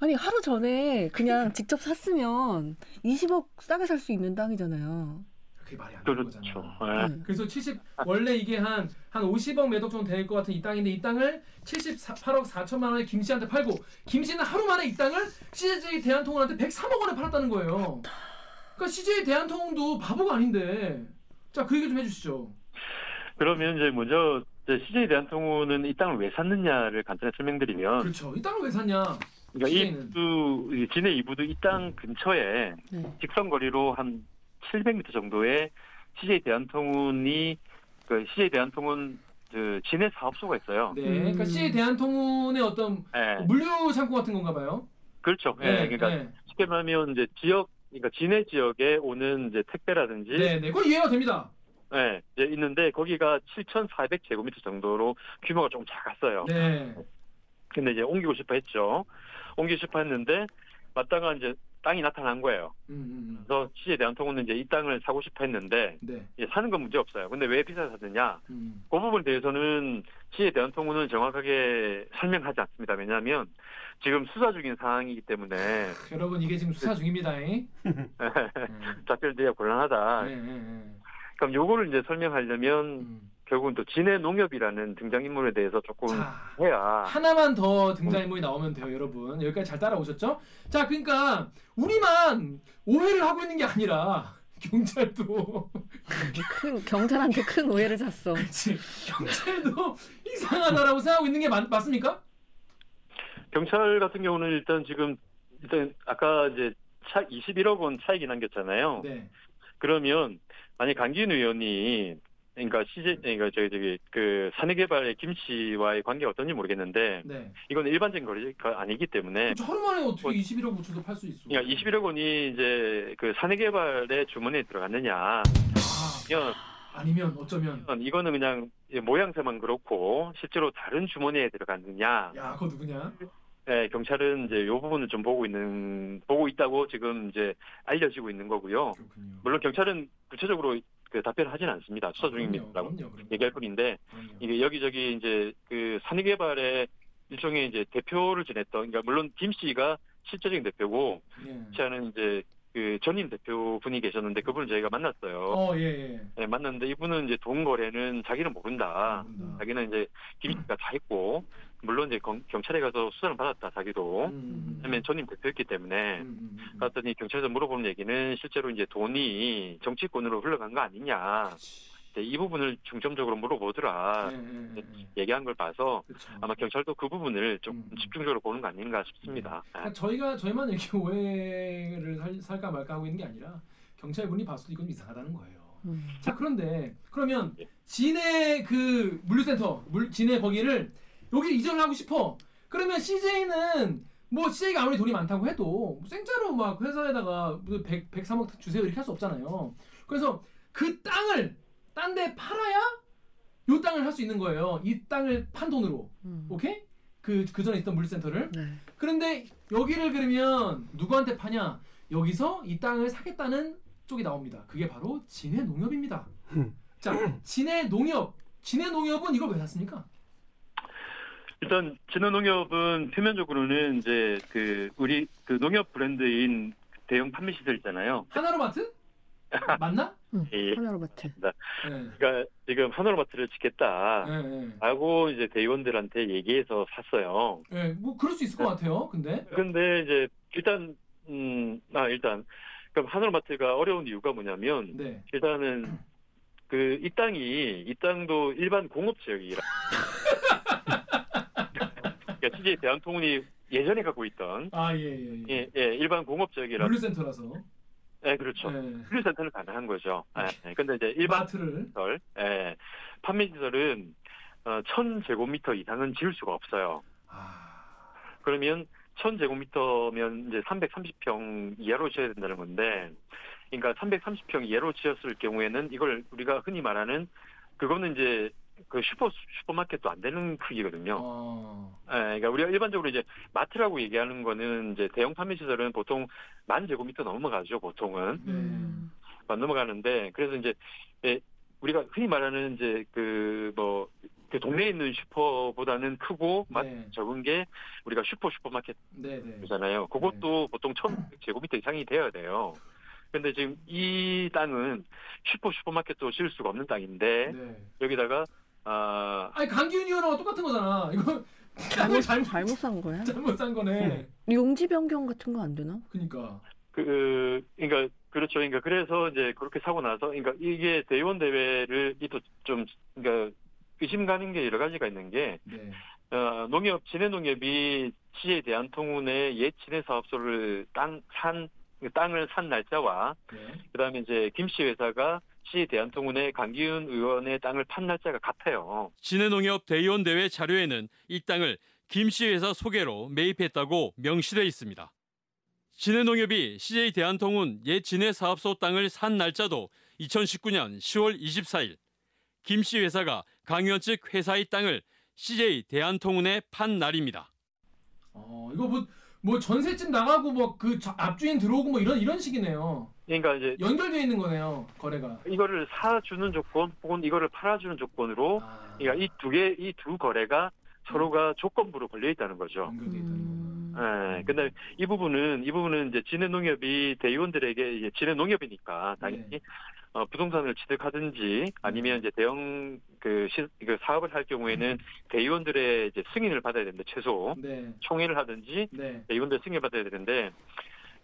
S2: 아니 하루 전에 그냥 직접 샀으면 20억 싸게 살 수 있는 땅이잖아요.
S5: 그게 말이 안 되는
S6: 그렇죠.
S5: 거잖아.
S6: 예.
S2: 네.
S5: 그래서 70 원래 이게 한 한 50억 매덕 정도 될 것 같은 이 땅인데 이 땅을 78억 4천만 원에 김 씨한테 팔고 김 씨는 하루 만에 이 땅을 CJ 대한통운한테 103억 원에 팔았다는 거예요. 그러니까 CJ 대한통운도 바보가 아닌데. 자, 그 얘기 좀 해주시죠.
S6: 그러면 이제 먼저 이제 CJ 대한통운은 이 땅을 왜 샀느냐를 간단히 설명드리면
S5: 그렇죠. 이 땅을 왜 샀냐?
S6: 그러니까
S5: CJ 는?
S6: 이부 진해 이부도 이 땅 근처에
S2: 네.
S6: 직선 거리로 한 700m 정도에 CJ 대한통운이 그 CJ 대한통운 그 진해 사업소가 있어요.
S5: 네, 그러니까 CJ 대한통운의 어떤
S6: 예.
S5: 물류 창고 같은 건가 봐요.
S6: 그렇죠. 예. 그러니까
S5: 네,
S6: 쉽게 말하면 이제 지역 그러니까 진해 지역에 오는 이제 택배라든지
S5: 네, 네, 그건 이해가 됩니다.
S6: 예, 이제 있는데 거기가 7,400제곱미터 정도로 규모가 좀 작았어요.
S5: 네,
S6: 근데 이제 옮기고 싶어 했죠. 옮기고 싶어 했는데 마땅한 이제 땅이 나타난 거예요.
S5: 음, 음, 음.
S6: 그래서 시에 대한 통은 이제 이 땅을 사고 싶어 했는데
S5: 네,
S6: 이제 사는 건 문제 없어요. 근데 왜 비싸게 샀느냐?
S5: 음,
S6: 그 부분에 대해서는 시에 대한 통은 정확하게 설명하지 않습니다. 왜냐하면 지금 수사 중인 상황이기 때문에
S5: 여러분 이게 지금 수사 중입니다. 네,
S6: 음. 작별되기가 곤란하다.
S5: 네, 네.
S6: 그럼 요거를 이제 설명하려면
S5: 음.
S6: 결국은 또 진해 농협이라는 등장인물에 대해서 조금
S5: 자,
S6: 해야
S5: 하나만 더 등장인물이 나오면 돼요, 여러분. 여기까지 잘 따라오셨죠? 자, 그러니까 우리만 오해를 하고 있는 게 아니라 경찰도
S2: 큰 경찰한테 큰 오해를 샀어.
S5: 그치? 경찰도 이상하다라고 생각하고 있는 게 맞, 맞습니까?
S6: 경찰 같은 경우는 일단 지금 일단 아까 이제 차 21억 원 차익이 남겼잖아요.
S5: 네.
S6: 그러면 만약 강기훈 의원이 그러니까 CJ 그러니까 저기 저기 그 산해개발의 김 씨와의 관계가 어떤지 모르겠는데
S5: 네.
S6: 이건 일반적인 거리가 아니기 때문에
S5: 저 하루만에 어떻게 21억 붙여서 팔 수 있어?
S6: 예. 뭐 그러니까 21억 원이 이제 그 산해개발의 주머니에 들어갔느냐
S5: 아,
S6: 그러면
S5: 아니면 어쩌면
S6: 이거는 그냥 이제 모양새만 그렇고 실제로 다른 주머니에 들어갔느냐
S5: 야 그거 누구냐?
S6: 네, 경찰은 이제 요 부분을 좀 보고 있는 보고 있다고 지금 이제 알려지고 있는 거고요.
S5: 그렇군요.
S6: 물론 경찰은 구체적으로 그 답변을 하진 않습니다. 수사 중입니다라고
S5: 아, 그럼요, 그럼요.
S6: 얘기할 뿐인데
S5: 그럼요.
S6: 이게 여기저기 이제 그 산업개발의 일종의 이제 대표를 지냈던 그러니까 물론 김 씨가 실제적인 대표고
S5: 예.
S6: 씨는 이제 그 전임 대표 분이 계셨는데 그분을 저희가 만났어요.
S5: 어, 예, 예.
S6: 네, 만났는데 이분은 이제 돈 거래는 자기는 모른다.
S5: 모른다.
S6: 아, 자기는 이제 김 씨가 다 했고 물론 이제 경- 경찰에 가서 수사를 받았다 자기도.
S5: 음, 음,
S6: 왜냐면 전임 대표였기 때문에
S5: 음, 음, 음.
S6: 갔더니 경찰에서 물어보는 얘기는 실제로 이제 돈이 정치권으로 흘러간 거 아니냐 이제 이 부분을 중점적으로 물어보더라
S5: 예, 예, 예.
S6: 얘기한 걸 봐서
S5: 그쵸.
S6: 아, 아마 경찰도 그 부분을 좀
S5: 음.
S6: 집중적으로 보는 거 아닌가 싶습니다.
S5: 그러니까 저희가 저희만 이렇게 오해를 살, 살까 말까 하고 있는 게 아니라 경찰분이 봤을 때 이건 이상하다는 거예요.
S1: 음.
S5: 자 그런데 그러면
S6: 예.
S5: 진해 그 물류센터 물 진해 거기를 여기 이전을 하고 싶어. 그러면 CJ는 뭐 CJ가 아무리 돈이 많다고 해도 생짜로 막 회사에다가 무슨 100, 103억 주세요 이렇게 할 수 없잖아요. 그래서 그 땅을 딴 데 팔아야 요 땅을 할 수 있는 거예요. 이 땅을 판 돈으로
S1: 음.
S5: 오케이? 그그 전에 있던 물류센터를
S1: 네.
S5: 그런데 여기를 그러면 누구한테 파냐? 여기서 이 땅을 사겠다는 쪽이 나옵니다. 그게 바로 진해 농협입니다. 자, 진해 농협. 진해 농협은 이걸 왜 샀습니까?
S6: 일단 진흥농협은 표면적으로는 이제 그 우리 그 농협 브랜드인 대형 판매 시설 있잖아요.
S5: 하나로마트? 맞나? 음.
S6: 예.
S1: 하나로마트.
S5: 예.
S6: 그러니까 지금 한올마트를 지겠다라고
S5: 예,
S6: 이제 대의원들한테 얘기해서 샀어요.
S5: 예. 예. 뭐 그럴 수 있을 것 같아요. 근데
S6: 근데 이제 일단 음, 아 일단 그럼 하늘마트가 어려운 이유가 뭐냐면
S5: 네.
S6: 일단은 그 이 땅이 이 땅도 일반 공업 지역이라. 그러니까 CJ 대한통운이 예전에 갖고 있던
S5: 아, 예, 예. 예.
S6: 예, 예 일반 공업 지역이라.
S5: 물류센터라서.
S6: 예, 그렇죠.
S5: 예.
S6: 물류센터는 가능한 거죠. 예, 예. 근데 이제 일반
S5: 마트를
S6: 시설, 예, 판매 시설은 어, 1,000제곱미터 이상은 지을 수가 없어요.
S5: 아.
S6: 그러면 1000제곱미터면 이제 330평 이하로 지어야 된다는 건데, 그러니까 330평 이하로 지었을 경우에는 이걸 우리가 흔히 말하는 그거는 이제 그 슈퍼 슈퍼마켓도 안 되는 크기거든요.
S5: 어.
S6: 예, 그러니까 우리가 일반적으로 이제 마트라고 얘기하는 거는 이제 대형 판매 시설은 보통 만 제곱미터 넘어가죠, 보통은
S5: 네.
S6: 음.
S2: 아,
S6: 만 넘어가는데 그래서 이제 예, 우리가 흔히 말하는 이제 그뭐 그 동네에 있는 슈퍼보다는 크고 마
S5: 네.
S6: 적은 게 우리가 슈퍼 슈퍼마켓
S5: 네, 네. 음.
S6: 잖아요. 그것도 보통 1,000제곱미터 이상이 돼야 돼요. 근데 지금 이 땅은 슈퍼 슈퍼마켓도 지을 수가 없는 땅인데
S5: 네.
S6: 여기다가 아
S5: 아니 강기훈 의원하고 똑같은 거잖아. 이거
S2: 뭐
S5: 땅을 그러니까 잘못
S1: 잘못 산 거야?
S5: 잘못 산 거네.
S1: 용지 변경 같은 거 안 되나?
S5: 그러니까.
S6: 그, 그러니까, 그렇죠. 그러니까, 그래서 이제 그렇게 사고 나서, 그러니까 이게 대의원 대회를, 이도 좀, 그러니까, 의심 가는 게 여러 가지가 있는 게,
S5: 네.
S6: 어, 농협, 진해 농협이 시에 대한 통운의 옛 진해 사업소를 땅, 산, 땅을 산 날짜와
S5: 네.
S6: 그다음에 이제 김씨 회사가 시 대한통운의 강기훈 의원의 땅을 판 날짜가 같아요.
S8: 진해농협 대의원 대회 자료에는 이 땅을 김씨 회사 소개로 매입했다고 명시돼 있습니다. 진해농협이 CJ 대한통운 옛 진해 사업소 땅을 산 날짜도 2019년 10월 24일 김씨 회사가 강현 측 회사의 땅을 CJ 대한통운에 판 날입니다.
S5: 어 이거 뭐, 뭐 전세집 나가고 뭐 그 앞주인 들어오고 뭐 이런 이런 식이네요.
S6: 그러니까 이제
S5: 연결돼 있는 거네요 거래가.
S6: 이거를 사주는 조건 혹은 이거를 팔아주는 조건으로
S5: 아,
S6: 그러니까 이 두 개 이 두 거래가 서로가 조건부로 걸려 있다는 거죠.
S5: 연결돼 있다는 거구나.
S6: 예. 근데 이 부분은 이 부분은 이제 진해농협이 대의원들에게 이제 진해농협이니까 당연히
S5: 네.
S6: 어, 부동산을 취득하든지 아니면 이제 대형 그, 시, 그 사업을 할 경우에는 대의원들의 이제 승인을 받아야 되는데 최소
S5: 네.
S6: 총회를 하든지
S5: 네.
S6: 네, 이분들 승인 받아야 되는데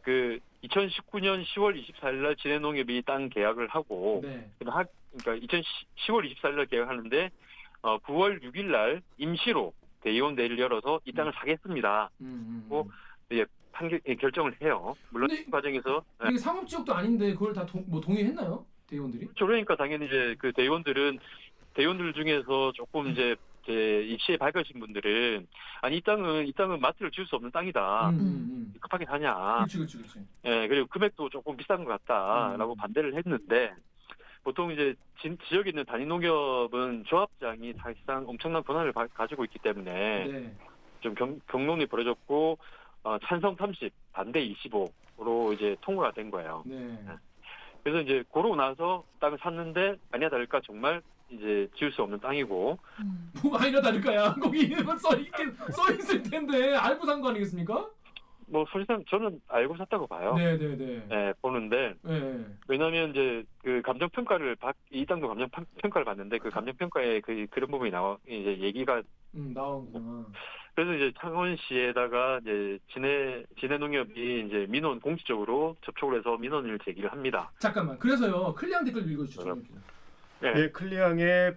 S6: 그 2019년 10월 24일 날 진해농협이 땅 계약을 하고
S5: 네.
S6: 그다음 하- 그러니까 2010월 24일 날 계약하는데 어, 9월 6일 날 임시로 대의원 대회를 열어서 이 땅을 사겠습니다.
S5: 음, 음, 음.
S6: 어? 판결 예, 결정을 해요. 물론
S5: 근데- 음.
S6: 과정에서 예.
S5: 이게 상업지역도 아닌데 그걸 다 동, 뭐 동의했나요 대의원들이?
S6: 그러니까 당연히 이제 그 대의원들은 대의원들 중에서
S5: 음.
S6: 조금 이제 이제 입시에 밝혀진 분들은 아니 이 땅은 이 땅은 마트를 지을 수 없는 땅이다.
S5: 음, 음, 음.
S6: 급하게 사냐.
S5: 그렇지 그렇지 그렇지.
S6: 예, 그리고 금액도 조금 비싼 것 같다라고
S5: 음.
S6: 반대를 했는데 보통 이제 진- 지역에 있는 단위 농협은 조합장이 사실상 엄청난 권한을 바- 가지고 있기 때문에
S5: 네.
S6: 좀 경, 론이 벌어졌고 어, 찬성 30, 반대 25로 이제 통과가 된 거예요.
S5: 네.
S6: 그래서 이제 고르고 나서 땅을 샀는데 아니야 다를까 정말 이제 지을 수 없는 땅이고
S1: 음.
S5: 뭐 아니라 다를까야. 거기 이름은 써 있긴 써 있을 텐데 알고 산 거 아니겠습니까?
S6: 뭐 사실상 저는 알고 샀다고 봐요.
S5: 네, 네, 네.
S6: 예, 보는데
S5: 네.
S6: 왜냐하면 이제 그 감정 평가를 이 땅도 감정 판- 평가를 받는데 그 감정 평가에 그 그런 부분이 나와 이제 얘기가
S5: 음, 나온구나.
S6: 그래서 이제 창원시에다가 이제 진해 진해 농협이 이제 민원 공식적으로 접촉을 해서 민원을 제기를 합니다.
S5: 잠깐만. 그래서요. 클리앙 댓글 읽어 주시죠.
S6: 예.
S4: 예, 클리앙의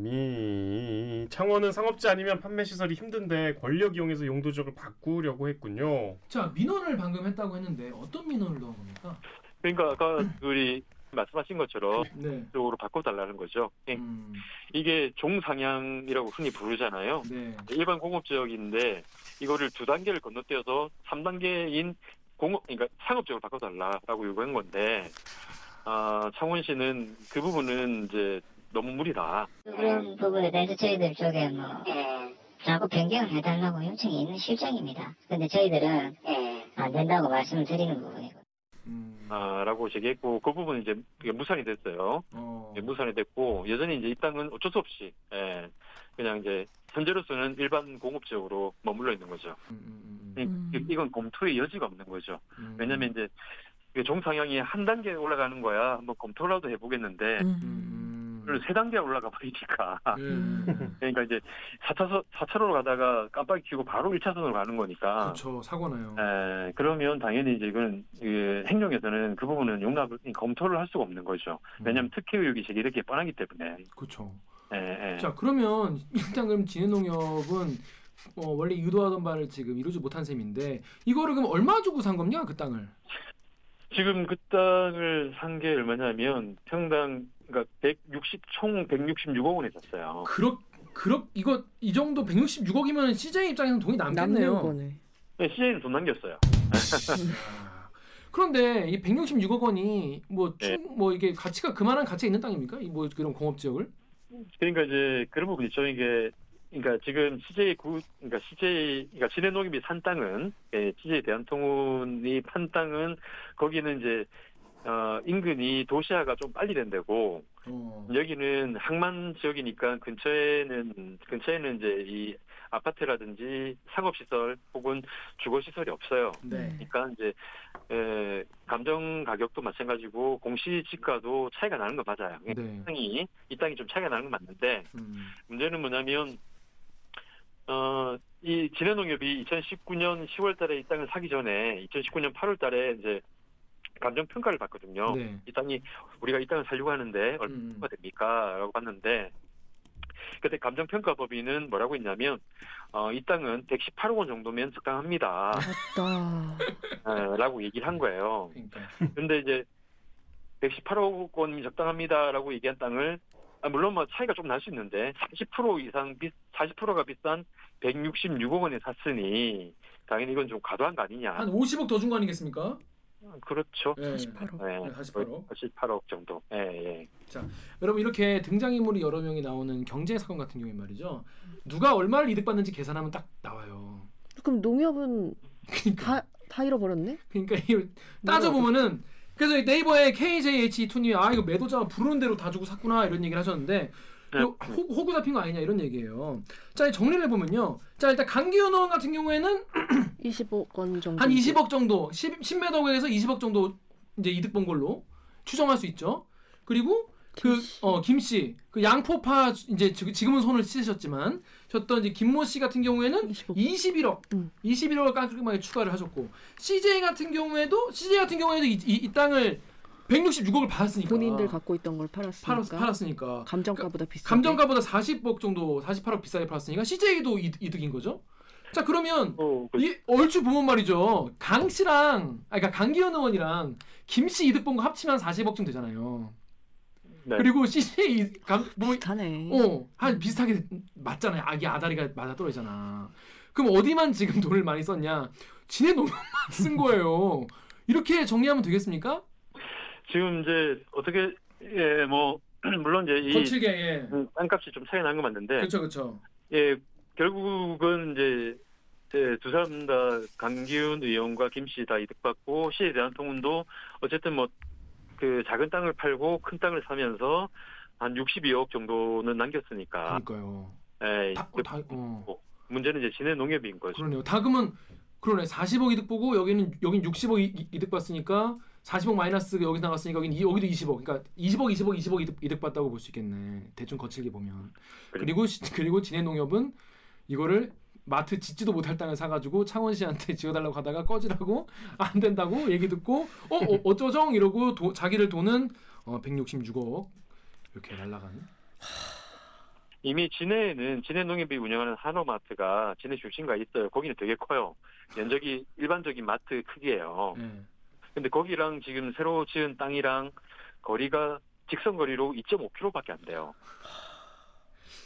S4: 베리타시아님이 창원은 상업지 아니면 판매 시설이 힘든데 권력 이용해서 용도 지역을 바꾸려고 했군요.
S5: 자, 민원을 방금 했다고 했는데 어떤 민원을 넣은 겁니까?
S6: 그러니까 아까 우리 말씀하신 것처럼
S5: 네.
S6: 쪽으로 바꿔달라는 거죠. 예.
S5: 음.
S6: 이게 종상향이라고 흔히 부르잖아요.
S5: 네.
S6: 일반 공업 지역인데 이거를 두 단계를 건너뛰어서 3단계인 공업 그러니까 상업적으로 바꿔달라라고 요구한 건데 아, 창원시는 그 부분은 이제 너무 무리다.
S9: 그런 부분에 대해서 저희들 쪽에 뭐 자꾸 변경을 해달라고 요청이 있는 실정입니다. 근데 저희들은 안 된다고 말씀을 드리는 부분이고.
S5: 음.
S6: 아, 라고 제기했고 그 부분은 이제 이게 무산이 됐어요.
S5: 어.
S6: 예, 무산이 됐고 여전히 이제 이 땅은 어쩔 수 없이 예, 그냥 이제 현재로서는 일반 공업 지역으로 머물러 있는 거죠.
S5: 음, 음, 음,
S6: 이-
S1: 음.
S6: 이건 검토의 여지가 없는 거죠.
S5: 음.
S6: 네. 왜냐면 이제 이게 종상향이 한 단계 올라가는 거야 한번 검토라도 해보겠는데
S1: 음.
S5: 음.
S6: 오늘 세 단계 올라가 버리니까
S5: 예.
S6: 그러니까 이제 4차선 4차로로 가다가 깜빡이 켜고 바로 1차선으로 가는 거니까
S5: 그렇죠. 사고나요.
S6: 네. 에, 그러면 당연히 이제 이건 그 행정에서는 그 부분은 용납을 검토를 할 수가 없는 거죠.
S5: 음.
S6: 왜냐하면 특혜 의혹이 제기될 게 뻔하기 때문에. 예,
S5: 그렇죠.
S6: 에, 에.
S5: 자 그러면 일단 그럼 진해농협은 어, 원래 유도하던 바를 지금 이루지 못한 셈인데 이거를 그럼 얼마 주고 산 겁니까 그 땅을?
S6: 지금 그 땅을 산 게 얼마냐면 평당 그러니까 160 총 166억 원에 샀어요.
S5: 그렇 그렇 이거 이 정도 166억이면 CJ 입장에서는 돈이 남겠네요.
S1: 남는 거네.
S5: 그
S6: CJ는 돈 남겼어요.
S5: 야, 그런데 이 166억 원이 뭐뭐
S6: 네.
S5: 뭐 이게 가치가 그만한 가치가 있는 땅입니까? 이 뭐 그런 공업 지역을?
S6: 그러니까 이제 그런 부분이 죠 이게 그러니까 지금 CJ 구 그러니까 CJ 그러니까 진해농협이 산 땅은 예, CJ 대한통운이 판 땅은 거기는 이제 어, 인근이 도시화가 좀 빨리 된 데고
S5: 어.
S6: 여기는 항만 지역이니까 근처에는 근처에는 이제 이 아파트라든지 상업 시설 혹은 주거 시설이 없어요.
S5: 네.
S6: 그러니까 이제 에, 감정 가격도 마찬가지고 공시 지가도 차이가 나는 거 맞아요.
S5: 네.
S6: 땅이 이 땅이 좀 차이가 나는 건 맞는데
S5: 음.
S6: 문제는 뭐냐면 어, 이 진해농협이 2019년 10월달에 이 땅을 사기 전에 2019년 8월달에 이제 감정 평가를 받거든요.
S5: 네.
S6: 이 땅이 우리가 이 땅을 살려고 하는데 얼마
S5: 음.
S6: 됩니까?라고 봤는데 그때 감정 평가 법인은 뭐라고 했냐면 어, 이 땅은 118억 원 정도면 적당합니다.라고
S1: 맞다.
S6: 얘기를 한 거예요.
S5: 그러니까.
S6: 근데 이제 118억 원이 적당합니다라고 얘기한 땅을 아, 물론 뭐 차이가 좀 날 수 있는데 40% 이상 비 40%가 비싼 166억 원에 샀으니 당연히 이건 좀 과도한 거 아니냐.
S5: 한 50억 더 준 거 아니겠습니까?
S6: 그렇죠.
S5: 네.
S1: 48억.
S6: 네,
S5: 48억.
S6: 48억 정도. 예, 예.
S5: 여러분 이렇게 등장인물이 여러 명이 나오는 경제 사건 같은 경우에 말이죠. 누가 얼마를 이득받는지 계산하면 딱 나와요.
S1: 그럼 농협은
S5: 그러니까,
S1: 다 다 잃어버렸네?
S5: 그러니까 이걸 따져보면은 그래서 네이버에 KJH2님이 아 이거 매도자가 부르는 대로 다 주고 샀구나 이런 얘기를 하셨는데 이거 호, 호구 잡힌 거 아니냐 이런 얘기예요. 자 이 정리를 해보면요. 자 일단 강기훈 의원 같은 경우에는
S1: 25억 원 정도.
S5: 한 20억 정도 10, 10매덕에서 20억 정도 이제 이득 본 걸로 추정할 수 있죠. 그리고 그어 김씨 그 양포파 이제 지- 지금은 손을 씻으셨지만 셨던 이제 김모 씨 같은 경우에는
S1: 25억.
S5: 21억
S1: 음.
S5: 21억을 깔끔하게 추가를 하셨고 CJ 같은 경우에도 CJ 같은 경우에도 이, 이- 이 땅을 166억을 받았으니까
S1: 본인들 갖고 있던 걸 팔았으니까.
S5: 팔았, 팔았으니까
S1: 감정가보다 비싸.
S5: 감정가보다 40억 정도 48억 비싸게 팔았으니까 CJ도 이득인 거죠. 자 그러면
S6: 어, 그-
S5: 이 얼추 보면 말이죠. 강 씨랑 아 그러니까 강기현 의원이랑 김 씨 이득 본 거 합치면 40억쯤 되잖아요.
S6: 네.
S5: 그리고 CJ 이- 강 뭐,
S1: 비슷하네.
S5: 어, 한 비슷하게 맞잖아요. 아기 아다리가 맞아 떨어지잖아. 그럼 어디만 지금 돈을 많이 썼냐? 진해 농협만 쓴 거예요. 이렇게 정리하면 되겠습니까?
S6: 지금 이제 어떻게 예 뭐 물론 이제 네. 이
S5: 거칠게 예.
S6: 음, 땅값이 좀 차이 난 건 맞는데
S5: 그렇죠 그렇죠.
S6: 예 결국은 이제 예, 두 사람 다 강기훈 의원과 김 씨 다 이득받고 시에 대한 통운도 어쨌든 뭐 그 작은 땅을 팔고 큰 땅을 사면서 한 62억 정도는 남겼으니까
S5: 그러니까요.
S6: 예,
S5: 다,
S6: 그
S5: 다, 어.
S6: 문제는 이제 진해 농협인 거죠.
S5: 그러네요. 다금은 그러네. 40억 이득 보고 여기는 여긴 60억 이, 득 봤으니까 40억 마이너스 그 여기 나갔으니까 여긴 이- 여기도 20억. 그러니까 20억, 20억, 20억 이득, 이득 봤다고 볼 수 있겠네. 대충 거칠게 보면.
S6: 그래.
S5: 그리고 시- 그리고 진해농협은 이거를 마트 짓지도 못할 땅을 사가지고 창원 씨한테 지어달라고 하다가 꺼지라고 안 된다고 얘기 듣고 어, 어 어쩌정 이러고 도- 자기를 도는 어, 166억 이렇게 날라간.
S6: 이미 진해에는 진해농협이 운영하는 한화마트가 진해 출신가 있어요. 거기는 되게 커요. 면적이 일반적인 마트 크기예요.
S5: 예.
S6: 근데 거기랑 지금 새로 지은 땅이랑 거리가 직선 거리로 2.5km밖에 안 돼요.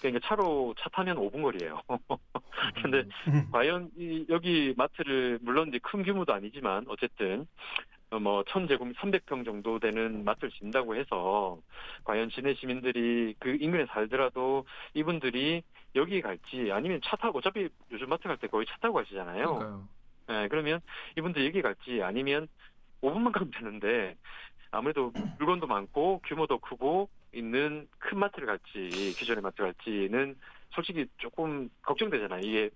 S6: 그러니까 차로 차 타면 5분 거리예요. 근데 과연 이, 여기 마트를 물론 이제 큰 규모도 아니지만 어쨌든 어, 뭐 1000제곱 300평 정도 되는 마트를 짓는다고 해서 과연 진해 시민들이 그 인근에 살더라도 이분들이 여기 갈지 아니면 차 타고 어차피 요즘 마트 갈 때 거의 차 타고 가시잖아요.
S5: 그러니까요.
S6: 예, 그러면 이분들 여기 갈지 아니면 5분만 가면 되는데 아무래도 물건도 많고 규모도 크고 있는 큰 마트를 갈지 기존의 마트 갈지는 솔직히 조금 걱정되잖아요. 이게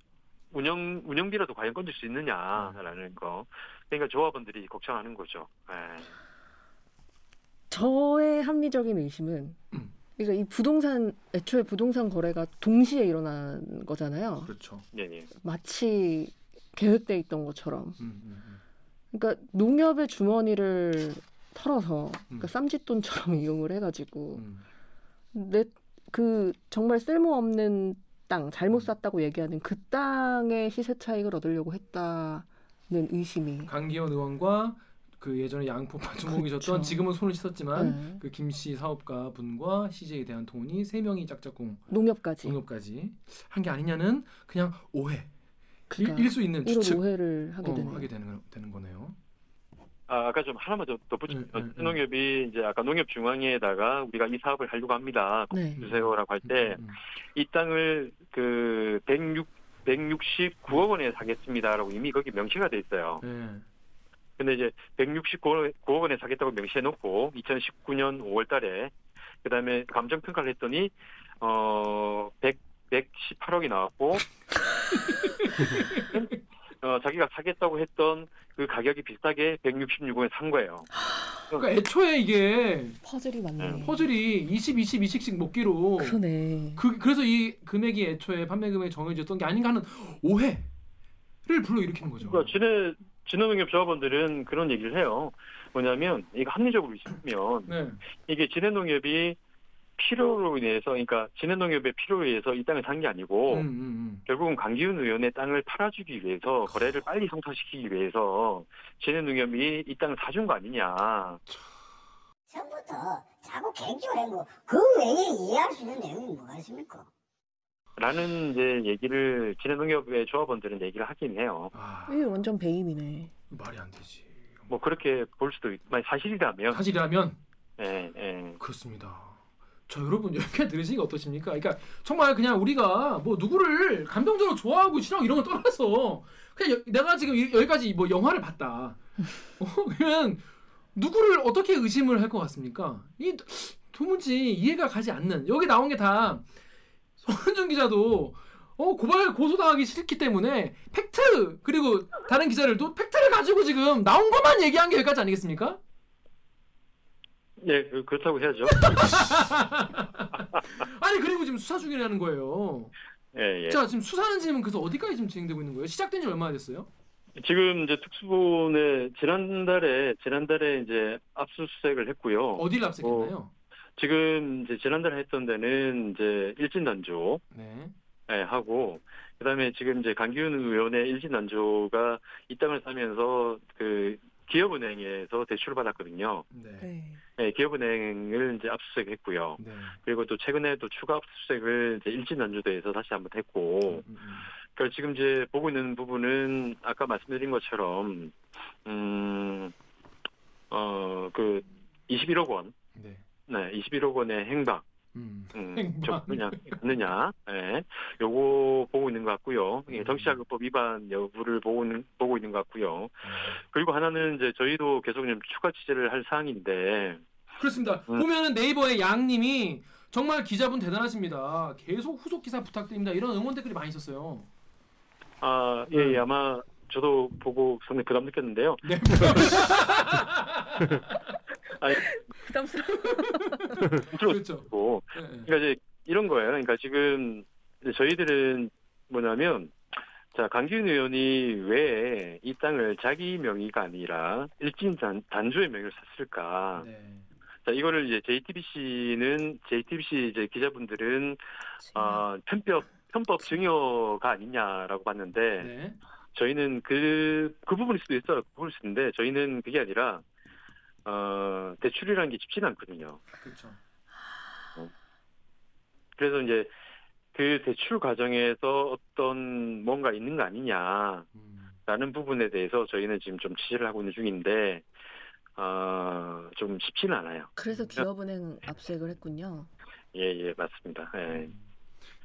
S6: 운영 운영비라도 과연 건질 수 있느냐라는 거. 그러니까 조합원들이 걱정하는 거죠. 예.
S2: 저의 합리적인 의심은
S5: 음.
S2: 그러니까 이 부동산 애초에 부동산 거래가 동시에 일어난 거잖아요.
S5: 그렇죠.
S6: 예, 예.
S2: 마치 계획돼 있던 것처럼.
S5: 음, 음, 음.
S2: 그러니까 농협의 주머니를 털어서
S5: 음.
S2: 그러니까 쌈짓돈처럼 이용을 해가지고
S5: 음.
S2: 내 그 정말 쓸모없는 땅
S5: 음.
S2: 잘못 샀다고 얘기하는 그 땅의 시세 차익을 얻으려고 했다는 의심이.
S5: 강기현 의원과 그 예전에 양포파 주목이셨던
S2: 그쵸.
S5: 지금은 손을 씻었지만
S2: 그렇죠. 네.
S5: 그 김씨 사업가 분과 CJ 대한 돈이 세 명이 짝짝꿍
S2: 농협까지.
S5: 동업까지 한 게 아니냐는 그냥 오해 일-
S2: 그러니까
S5: 일 수 있는
S2: 이런
S5: 추측
S2: 오해를 하게
S5: 어,
S2: 되네요.
S5: 하게 되는, 거- 되는 거네요.
S6: 아, 아까 좀 하나만 더 덧붙이면
S5: 네, 네, 네.
S6: 농협이 이제 아까 농협 중앙회에다가 우리가 이 사업을 하려고 합니다.
S2: 네.
S6: 주세요라고 할 때
S5: 음, 음.
S6: 이 땅을 그 106, 169억 원에 사겠습니다라고 이미 거기 명시가 돼 있어요.
S5: 네.
S6: 근데 이제 169억 원에 사겠다고 명시해 놓고 2019년 5월 달에 그다음에 감정 평가를 했더니 어 100, 118억이 나왔고 어, 자기가 사겠다고 했던 그 가격이 비슷하게 166억에 산 거예요.
S5: 그러니까 애초에 이게
S2: 퍼즐이
S6: 네,
S2: 맞네.
S5: 퍼즐이 20, 20, 20씩 먹기로
S2: 그러네.
S5: 그, 그래서 이 금액이 애초에 판매 금액이 정해졌던 게 아닌가 하는 오해를 불러일으키는 거죠.
S6: 그러니까 진해 진흥농협 조합원들은 그런 얘기를 해요. 뭐냐면 이거 합리적으로 있으면
S5: 네.
S6: 이게 진해농협이 필요로 인해서, 그러니까 진해농협의 필요로 인해서 이 땅을 산 게 아니고,
S5: 음, 음, 음.
S6: 결국은 강기훈 의원의 땅을 팔아주기 위해서, 거래를 빨리 성사시키기 위해서, 진해농협이 이 땅을 사준 거 아니냐.
S9: 처음부터 자꾸 갱조를 한 거, 그 외에 이해할 수 있는 내용이 뭐가 있습니까?
S6: 라는 이제 얘기를 진해농협의 조합원들은 얘기를 하긴 해요.
S5: 아,
S2: 예,
S1: 이 완전 배임이네.
S5: 말이 안 되지.
S6: 뭐 그렇게 볼 수도 있, 만약 사실이라면,
S5: 사실이라면
S6: 예, 예.
S5: 그렇습니다. 자 여러분 여기까지 들으시니까 어떠십니까? 그러니까 정말 그냥 우리가 뭐 누구를 감정적으로 좋아하고 싫어하고 이런 걸 떠나서 그냥 여- 내가 지금 이- 여기까지 뭐 영화를 봤다. 어, 그러면 누구를 어떻게 의심을 할 것 같습니까? 이 도- 도무지 이해가 가지 않는 여기 나온 게 다 손준 기자도 어, 고발 고소당하기 싫기 때문에 팩트 그리고 다른 기자들도 팩트를 가지고 지금 나온 것만 얘기한 게 여기까지 아니겠습니까?
S6: 예, 그- 그렇다고 해야죠.
S5: 아니 그리고 지금 수사 중이라는 거예요.
S6: 예, 예.
S5: 자 지금 수사는 지금 그래서 어디까지 지금 진행되고 있는 거예요? 시작된 지 얼마나 됐어요?
S6: 지금 이제 특수본에 지난달에, 지난달에 이제 압수수색을 했고요.
S5: 어디를 압색했나요?
S6: 지금 이제 지난달 했던 데는 이제 일진단조
S5: 네.
S6: 예, 하고 그다음에 지금 이제 강기훈 의원의 일진단조가 이 땅을 사면서 그 기업은행에서 대출을 받았거든요.
S5: 네.
S1: 네.
S6: 예, 기업은행을 이제 압수수색했고요.
S5: 네.
S6: 그리고 또 최근에 또 추가 압수수색을 이제 일진단조대에서 다시 한번 했고
S5: 음, 음.
S6: 그러니까 지금 이제 보고 있는 부분은 아까 말씀드린 것처럼 음 어 그 21억 원,
S5: 네.
S6: 네, 21억 원의 행방,
S5: 음.
S6: 음,
S5: 행방.
S6: 좀 그냥 있느냐, 예, 요거 보고 있는 것 같고요. 예, 정치자금법 위반 여부를 보고 있는, 보고 있는 것 같고요. 그리고 하나는 이제 저희도 계속 좀 추가 취재를 할 사항인데,
S5: 그렇습니다.
S6: 음.
S5: 보면은 네이버의 양님이 정말 기자분 대단하십니다. 계속 후속 기사 부탁드립니다. 이런 응원 댓글이 많이 있었어요.
S6: 아, 예,
S5: 네.
S6: 예, 아마 저도 보고 상당히 부담 느꼈는데요.
S5: 네.
S1: 부담스러워.
S5: 그렇죠.
S6: 그리고
S5: 네, 네.
S6: 그러니까 이제 이런 거예요. 그러니까 지금 이제 저희들은 뭐냐면 자 강기훈 의원이 왜 이 땅을 자기 명의가 아니라 일진 단, 단주의 명의로 샀을까?
S5: 네.
S6: 자 이거를 이제 JTBC는 JTBC 이제 기자분들은 아 편법 편법 증여가 아니냐라고 봤는데
S5: 네.
S6: 저희는 그, 그 부분일 수도 있어요. 그 부분일 수도 있는데, 저희는 그게 아니라, 어, 대출이라는 게 쉽진 않거든요.
S5: 그렇죠.
S6: 그래서 이제 그 대출 과정에서 어떤 뭔가 있는 거 아니냐라는
S5: 음.
S6: 부분에 대해서 저희는 지금 좀 취재를 하고 있는 중인데, 어, 좀 쉽지는 않아요.
S2: 그래서 기업은행 압수액을 했군요.
S6: 예, 예, 맞습니다. 예.
S5: 네.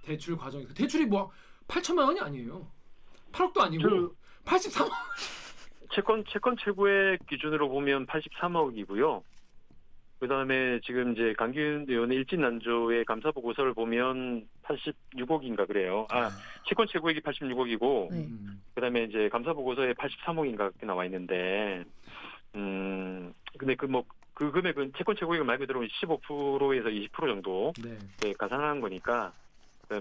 S5: 대출 과정에서 대출이 뭐 8천만 원이 아니에요. 8억도 아니고 83억.
S6: 채권, 채권 최고의 기준으로 보면 83억이고요. 그 다음에 지금 이제 강기훈 의원의 일진난조의 감사 보고서를 보면 86억인가 그래요. 아, 채권 최고액이 86억이고,
S2: 네.
S5: 음.
S6: 그 다음에 이제 감사 보고서에 83억인가 그렇게 나와 있는데, 음, 근데 그 뭐, 그 금액은 채권 최고액은 말 그대로 15%에서 20% 정도
S5: 네.
S6: 네, 가산한 거니까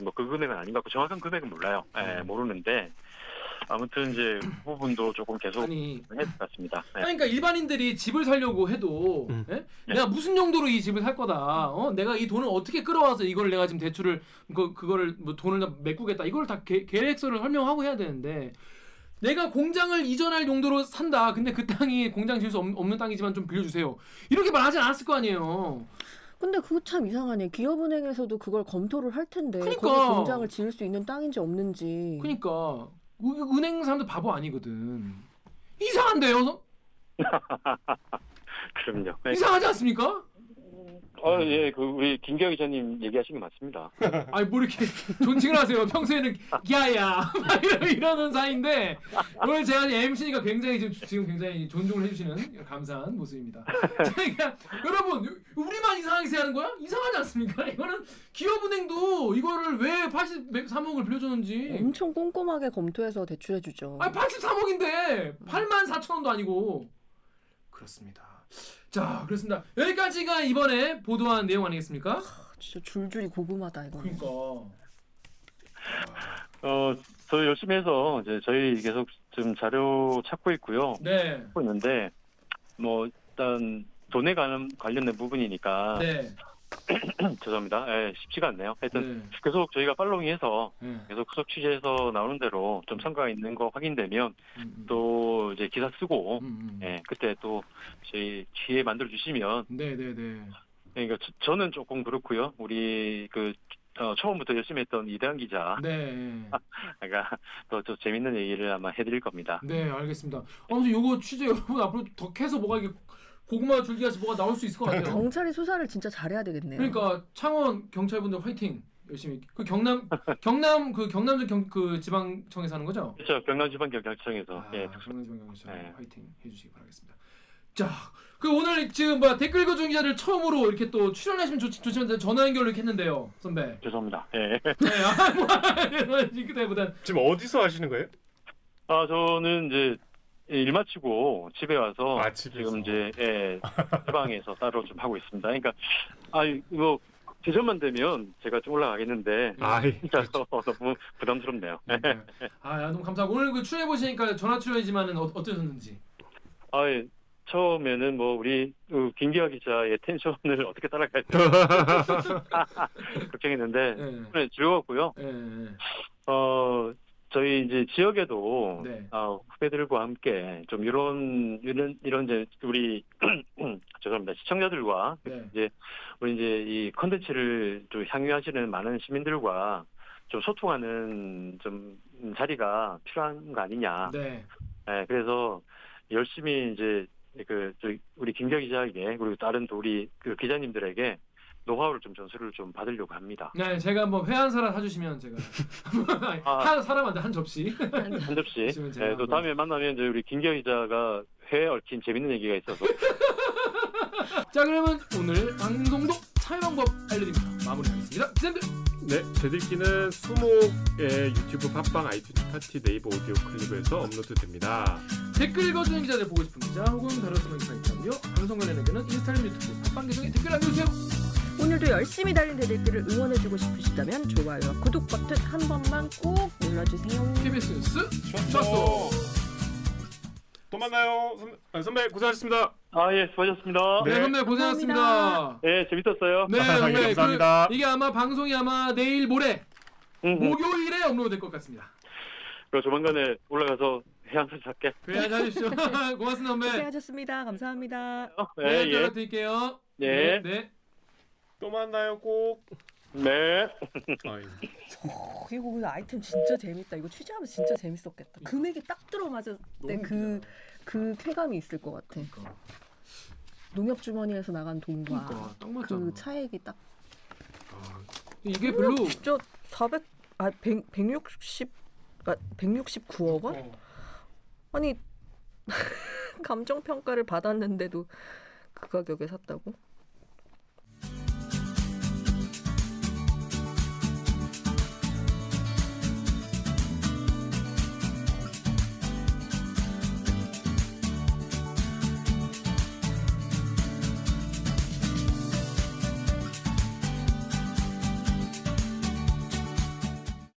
S6: 뭐 그 금액은 아닌 것 같고 정확한 금액은 몰라요. 예, 모르는데 아무튼 이제 그 부분도 조금 계속
S5: 아니
S6: 했을 것 같습니다. 네.
S5: 아니, 그러니까 일반인들이 집을 살려고 해도
S4: 음.
S5: 예? 내가 무슨 용도로 이 집을 살 거다. 어? 내가 이 돈을 어떻게 끌어와서 이걸 내가 지금 대출을 그 그거를 뭐 돈을 다 메꾸겠다. 이걸 다 계, 계획서를 설명하고 해야 되는데 내가 공장을 이전할 용도로 산다. 근데 그 땅이 공장 지을 수 없- 없는 땅이지만 좀 빌려주세요. 이렇게 말하진 않았을 거 아니에요.
S2: 근데 그거 참 이상하네. 기업은행에서도 그걸 검토를 할 텐데
S5: 그러니까.
S2: 거기 공장을 지을 수 있는 땅인지 없는지.
S5: 그러니까 은- 은행 사람들 바보 아니거든. 이상한데요?
S6: 그럼요. 네.
S5: 이상하지 않습니까?
S6: 어, 예, 그 우리 김기혁 기자님 얘기하신 게 맞습니다.
S5: 아니 뭐 이렇게 존칭을 하세요. 평소에는 야야 막 이러- 이러는 사이인데 오늘 제가 MC니까 굉장히 지금, 지금 굉장히 존중을 해주시는 감사한 모습입니다. 그러니까 여러분 우리만 이상하게 생각하는 거야? 이상하지 않습니까? 이거는 기업은행도 이거를 왜 83억을 빌려줬는지
S2: 엄청 꼼꼼하게 검토해서 대출해주죠.
S5: 아니 83억인데 8만 4천 원도 아니고 그렇습니다. 자 그렇습니다. 여기까지가 이번에 보도한 내용 아니겠습니까?
S2: 진짜 줄줄이 고구마다 이거.
S5: 그러니까
S6: 어, 저 열심히 해서 이제 저희 계속 지금 자료 찾고 있고요.
S5: 네
S6: 찾고 있는데 뭐 일단 돈에 관한 관련된 부분이니까
S5: 네.
S6: 죄송합니다. 예, 쉽지가 않네요. 하여튼
S5: 네.
S6: 계속 저희가 팔로잉해서
S5: 네.
S6: 계속 후속 취재해서 나오는 대로 좀 성과가 있는 거 확인되면
S5: 음,
S6: 또 이제 기사 쓰고
S5: 음, 음.
S6: 예, 그때 또 저희 기회 만들어 주시면
S5: 네, 네, 네.
S6: 그러니까 저, 저는 조금 그렇고요. 우리 그 어, 처음부터 열심히 했던 이대한 기자가
S5: 네.
S6: 더좀 재밌는 얘기를 아마 해드릴 겁니다.
S5: 네, 알겠습니다. 아무튼 요거 취재 여러분 앞으로 더 캐서 뭐가 이게 고구마 줄기같이 뭐가 나올 수 있을 것 같아요.
S2: 경찰이 수사를 진짜 잘해야 되겠네요.
S5: 그러니까 창원 경찰분들 화이팅. 열심히. 그 경남 경남 그 경남전 경, 그 지방청에 사는 거죠?
S6: 그렇죠. 경남지방경찰청에서
S5: 아,
S6: 예,
S5: 경남지방경찰
S6: 네.
S5: 화이팅 해 주시기 바라겠습니다. 자, 그 오늘 지금 뭐 댓글 읽어주는 기자들 처음으로 이렇게 또 출연하시면 좋, 좋지만 전화 연결을 이렇게 했는데요, 선배.
S6: 죄송합니다. 예.
S5: 네, 아, 뭐, 그때보단
S4: 지금 어디서 하시는 거예요?
S6: 아 저는 이제 일 마치고 집에 와서
S4: 아, 집에서.
S6: 어, 지금 이제 예, 해방에서 따로 좀 하고 있습니다. 그러니까 아 이거 대전만 되면 제가 좀 올라가겠는데
S4: 아이. 그렇죠.
S6: 진짜 너무 부담스럽네요.
S5: 아, 야, 너무 감사하고 오늘 그 출연해 보시니까 전화 출연이지만은 어, 어떠셨는지.
S6: 아, 예. 처음에는 뭐 우리 그 김기화 기자의 텐션을 어떻게 따라갈지 걱정했는데
S5: 네.
S6: 네, 즐거웠고요.
S5: 예, 예.
S6: 어 저희 이제 지역에도
S5: 네.
S6: 어, 후배들과 함께 좀 이런 이런 이런 이제 우리 죄송합니다 시청자들과
S5: 네.
S6: 우리 이제 이 컨텐츠를 좀 향유하시는 많은 시민들과 좀 소통하는 좀 자리가 필요한 거 아니냐.
S5: 네.
S6: 예, 그래서 열심히 이제 그 저희 우리 김경 기자에게 그리고 다른 또 우리 그 기자님들에게 노하우를 좀 전수를 좀 받으려고 합니다.
S5: 네, 제가 한번 회한 사람 사주시면 제가 아니,
S6: 아.
S5: 한 사람한테 한 접시.
S6: 한 접시.
S5: 있으면 제가
S6: 네, 또
S5: 한번-
S6: 다음에 만나면 이제 우리 김경 기자가 회에 얽힌 재밌는 얘기가 있어서
S5: 자, 그러면 오늘 방송도 참여 방법 알려드립니다. 마무리하겠습니다. 기자님들
S4: 네, 제들끼는 수목의 유튜브 팟빵 아이튠즈 파티 네이버 오디오 클립에서 업로드됩니다.
S5: 댓글 읽어주는 기자들 보고 싶은 기자 혹은 다뤘으면 기사 있다면요. 방송 관련에게는 인스타그램 유튜브 팟빵 계정에 댓글 남겨주세요.
S2: 오늘도 열심히 달린 대들기를 응원해주고 싶으시다면 좋아요와 구독 버튼 한 번만 꼭 눌러주세요.
S5: KBS 뉴스 네,
S4: 좋았어. 또 만나요. 선배, 아, 선배 고생하셨습니다.
S6: 아 예 수고하셨습니다.
S5: 네,
S4: 네.
S5: 선배 고생하셨습니다.
S6: 예 재밌었어요.
S5: 네, 선배
S4: 예, 감사합니다.
S5: 그, 이게 아마 방송이 아마 내일 모레
S6: 음, 음.
S5: 목요일에 업로드될 것 같습니다.
S6: 그럼 조만간에 올라가서 해안선 잡게.
S5: 그래 잘하십시오. 고맙습니다,
S2: 네,
S5: 선배.
S2: 고생하셨습니다. 감사합니다.
S5: 네,
S6: 예.
S5: 연락드릴게요.
S6: 예.
S5: 네.
S4: 또 만나요 꼭.
S6: 네.
S4: 아, 예.
S2: 어, 이거 오늘 아이템 진짜 재밌다. 이거 취재하면 진짜 재밌었겠다.
S5: 음.
S2: 금액이 딱 들어맞을
S10: 네, 그, 그 쾌감이 있을 것 같아. 농협 주머니에서 나간 돈과
S5: 그러니까, 딱 맞잖아. 네,
S10: 그 차액이 딱
S5: 이게 별로
S2: 진짜 400, 아, 100, 160, 아, 169억 원?
S5: 어.
S2: 아니, 감정평가를 받았는데도 그 가격에 샀다고?